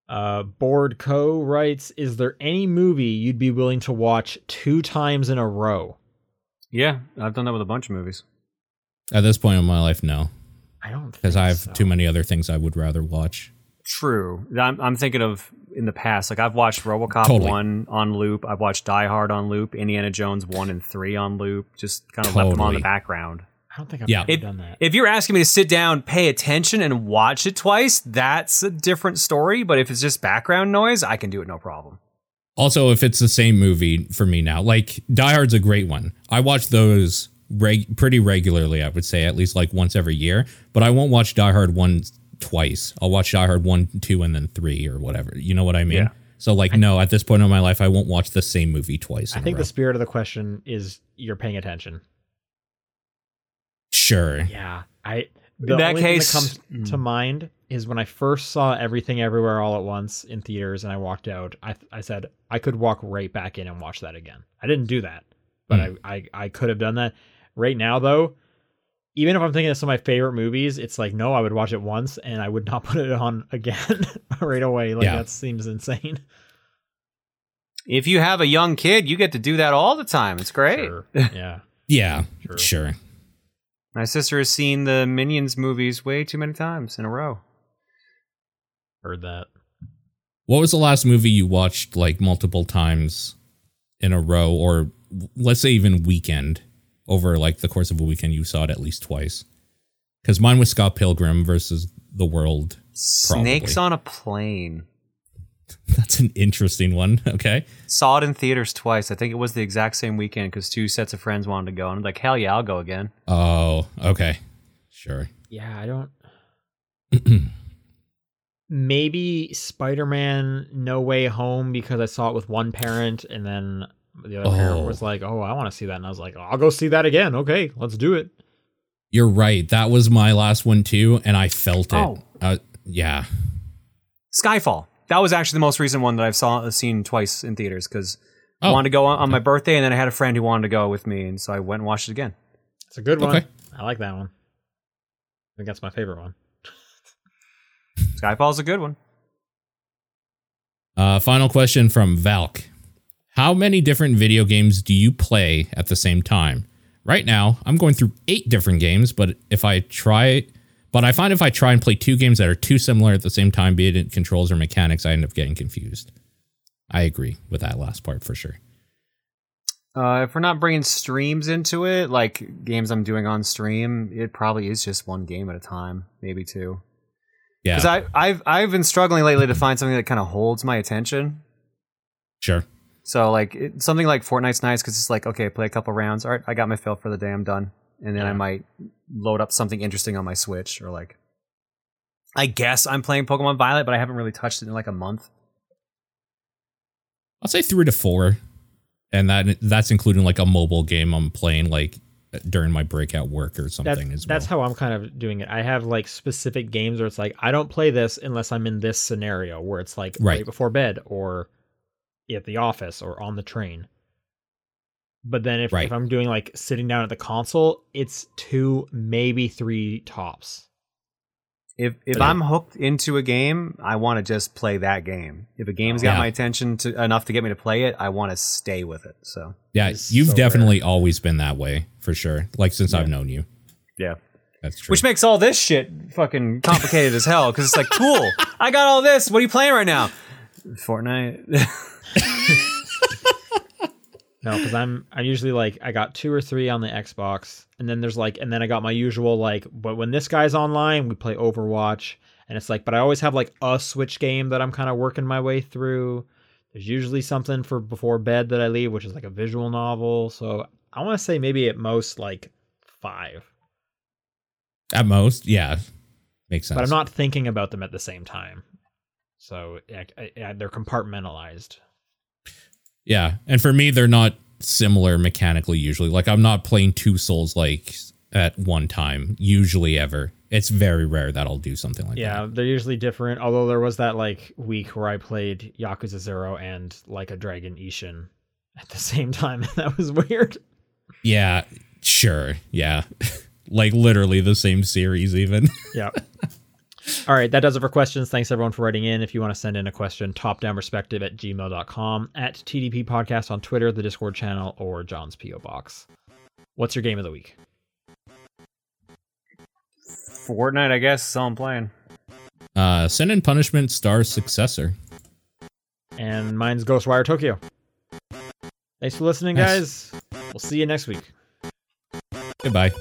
Speaker 3: Uh, Board Co writes, "Is there any movie you'd be willing to watch two times in a row?"
Speaker 2: Yeah. I've done that with a bunch of movies.
Speaker 1: At this point in my life, no,
Speaker 3: I don't
Speaker 1: because
Speaker 3: think
Speaker 1: I have
Speaker 3: so.
Speaker 1: too many other things I would rather watch.
Speaker 2: True. I'm, I'm thinking of in the past. Like I've watched RoboCop
Speaker 1: Totally.
Speaker 2: one on loop. I've watched Die Hard on loop. Indiana Jones one and three on loop. Just kind of left them on the
Speaker 1: Totally.
Speaker 2: background.
Speaker 3: I don't think I've
Speaker 1: Yeah.
Speaker 3: ever
Speaker 2: It-
Speaker 3: done that.
Speaker 2: If you're asking me to sit down, pay attention, and watch it twice, that's a different story. But if it's just background noise, I can do it no problem.
Speaker 1: Also, if it's the same movie for me now, like Die Hard's a great one. I watch those reg- pretty regularly, I would say, at least like once every year, but I won't watch Die Hard 1 twice. I'll watch Die Hard 1, 2, and then 3 or whatever. You know what I mean?
Speaker 2: Yeah.
Speaker 1: So, like, no, at this point in my life, I won't watch the same movie twice.
Speaker 3: I
Speaker 1: in a
Speaker 3: think
Speaker 1: row.
Speaker 3: the spirit of the question is you're paying attention.
Speaker 1: Sure.
Speaker 3: Yeah, I. The
Speaker 2: that
Speaker 3: only
Speaker 2: case-
Speaker 3: thing that
Speaker 2: Mm.
Speaker 3: comes to mind is when I first saw Everything Everywhere All at Once in theaters, and I walked out. I I said I could walk right back in and watch that again. I didn't do that, but
Speaker 2: Mm.
Speaker 3: I, I I could have done that. Right now, though, even if I'm thinking of some of my favorite movies, it's like no, I would watch it once and I would [LAUGHS] not put it on again [LAUGHS] right away. Like
Speaker 1: Yeah.
Speaker 3: that seems insane.
Speaker 2: If you have a young kid, you get to do that all the time. It's great. [LAUGHS]
Speaker 3: Sure. Yeah.
Speaker 1: Yeah.
Speaker 3: Sure.
Speaker 1: Sure.
Speaker 2: My sister has seen the Minions movies way too many times in a row.
Speaker 3: Heard that.
Speaker 1: What was the last movie you watched like multiple times in a row, or let's say even weekend over like the course of a weekend? You saw it at least twice. Because mine was Scott Pilgrim versus the World. [LAUGHS]
Speaker 2: Snakes on a plane.
Speaker 1: That's an interesting one. [LAUGHS] Okay.
Speaker 2: Saw it in theaters twice. I think it was the exact same weekend because two sets of friends wanted to go, and I'm like, hell yeah, I'll go again.
Speaker 1: Oh, okay. Sure.
Speaker 3: Yeah, I don't.
Speaker 1: [CLEARS THROAT]
Speaker 3: Maybe Spider Man No Way Home because I saw it with one parent and then the other
Speaker 1: Oh.
Speaker 3: parent was like, oh, I want to see that. And I was like, I'll go see that again. Okay, let's do it.
Speaker 1: You're right. That was my last one too, and I felt it.
Speaker 2: Oh.
Speaker 1: Uh, yeah.
Speaker 2: Skyfall. That was actually the most recent one that I've saw uh, seen twice in theaters because I
Speaker 1: Oh,
Speaker 2: wanted to go on, on my birthday, and then I had a friend who wanted to go with me, and so I went and watched it again.
Speaker 3: It's a good one.
Speaker 1: Okay.
Speaker 3: I like that one. I think that's my favorite one.
Speaker 2: Skyfall's a good one.
Speaker 1: Uh, final question from Valk. How many different video games do you play at the same time? Right now, I'm going through eight different games, but if I try, but I find if I try and play two games that are too similar at the same time, be it in controls or mechanics, I end up getting confused. I agree with that last part for sure.
Speaker 2: Uh, if we're not bringing streams into it, like games I'm doing on stream, it probably is just one game at a time, maybe two.
Speaker 1: Yeah,
Speaker 2: Because I I've I've been struggling lately to find something that kind of holds my attention.
Speaker 1: sure.
Speaker 2: So like it, something like Fortnite's nice because it's like okay, play a couple rounds. All right, I got my fill for the day. I'm done, and then I
Speaker 3: Yeah.
Speaker 2: might load up something interesting on my Switch or like. I guess I'm playing Pokemon Violet, but I haven't really touched it in like a month.
Speaker 1: I'll say three to four, and that that's including like a mobile game I'm playing like during my breakout work or
Speaker 3: That's,
Speaker 1: something as well.
Speaker 3: that's how I'm kind of doing it. I have like specific games where it's like I don't play this unless I'm in this scenario where it's like
Speaker 1: Right.
Speaker 3: right before bed or at the office or on the train. But then if,
Speaker 1: Right.
Speaker 3: if I'm doing like sitting down at the console, it's two, maybe three tops.
Speaker 2: If if
Speaker 1: Yeah.
Speaker 2: I'm hooked into a game, I want to just play that game. If a game's got
Speaker 1: Yeah.
Speaker 2: my attention to, enough to get me to play it, I want to stay with it. So
Speaker 1: yeah,
Speaker 3: is
Speaker 1: you've
Speaker 3: so
Speaker 1: definitely always been that way for sure. Like since I've known you.
Speaker 2: yeah,
Speaker 1: That's true.
Speaker 2: which makes all this shit fucking complicated as hell because it's like, cool, I got all this. What are you playing right now? Fortnite. [LAUGHS]
Speaker 3: No, because I'm I'm usually like I got two or three on the Xbox, and then there's like and then I got my usual like, but when this guy's online, we play Overwatch, and it's like, but I always have like a Switch game that I'm kind of working my way through. There's usually something for before bed that I leave, which is like a visual novel. So I want to say maybe at most like five,
Speaker 1: At most, yeah, makes sense.
Speaker 3: but I'm not thinking about them at the same time. So I, I, I- they're compartmentalized.
Speaker 1: Yeah, and for me, they're not similar mechanically. Usually, like I'm not playing two souls like at one time. Usually, ever. It's very rare that I'll do something like that.
Speaker 3: Yeah, they're usually different. Although there was that like week where I played Yakuza Zero and like a Dragon Ishin at the [LAUGHS] same time. that was weird.
Speaker 1: Yeah, sure. Yeah. [LAUGHS] like literally the same series even. [LAUGHS]
Speaker 3: Yeah. All right, that does it for questions. Thanks everyone for writing in. If you want to send in a question, topdownperspective at gmail.com, at TDP Podcast on Twitter, the Discord channel, or John's P.O. Box. What's your game of the week?
Speaker 2: Fortnite, I guess, is all I'm playing.
Speaker 1: uh Sin and Punishment Star Successor.
Speaker 3: And mine's Ghostwire Tokyo. Thanks for listening, guys. We'll see you next week.
Speaker 1: Goodbye.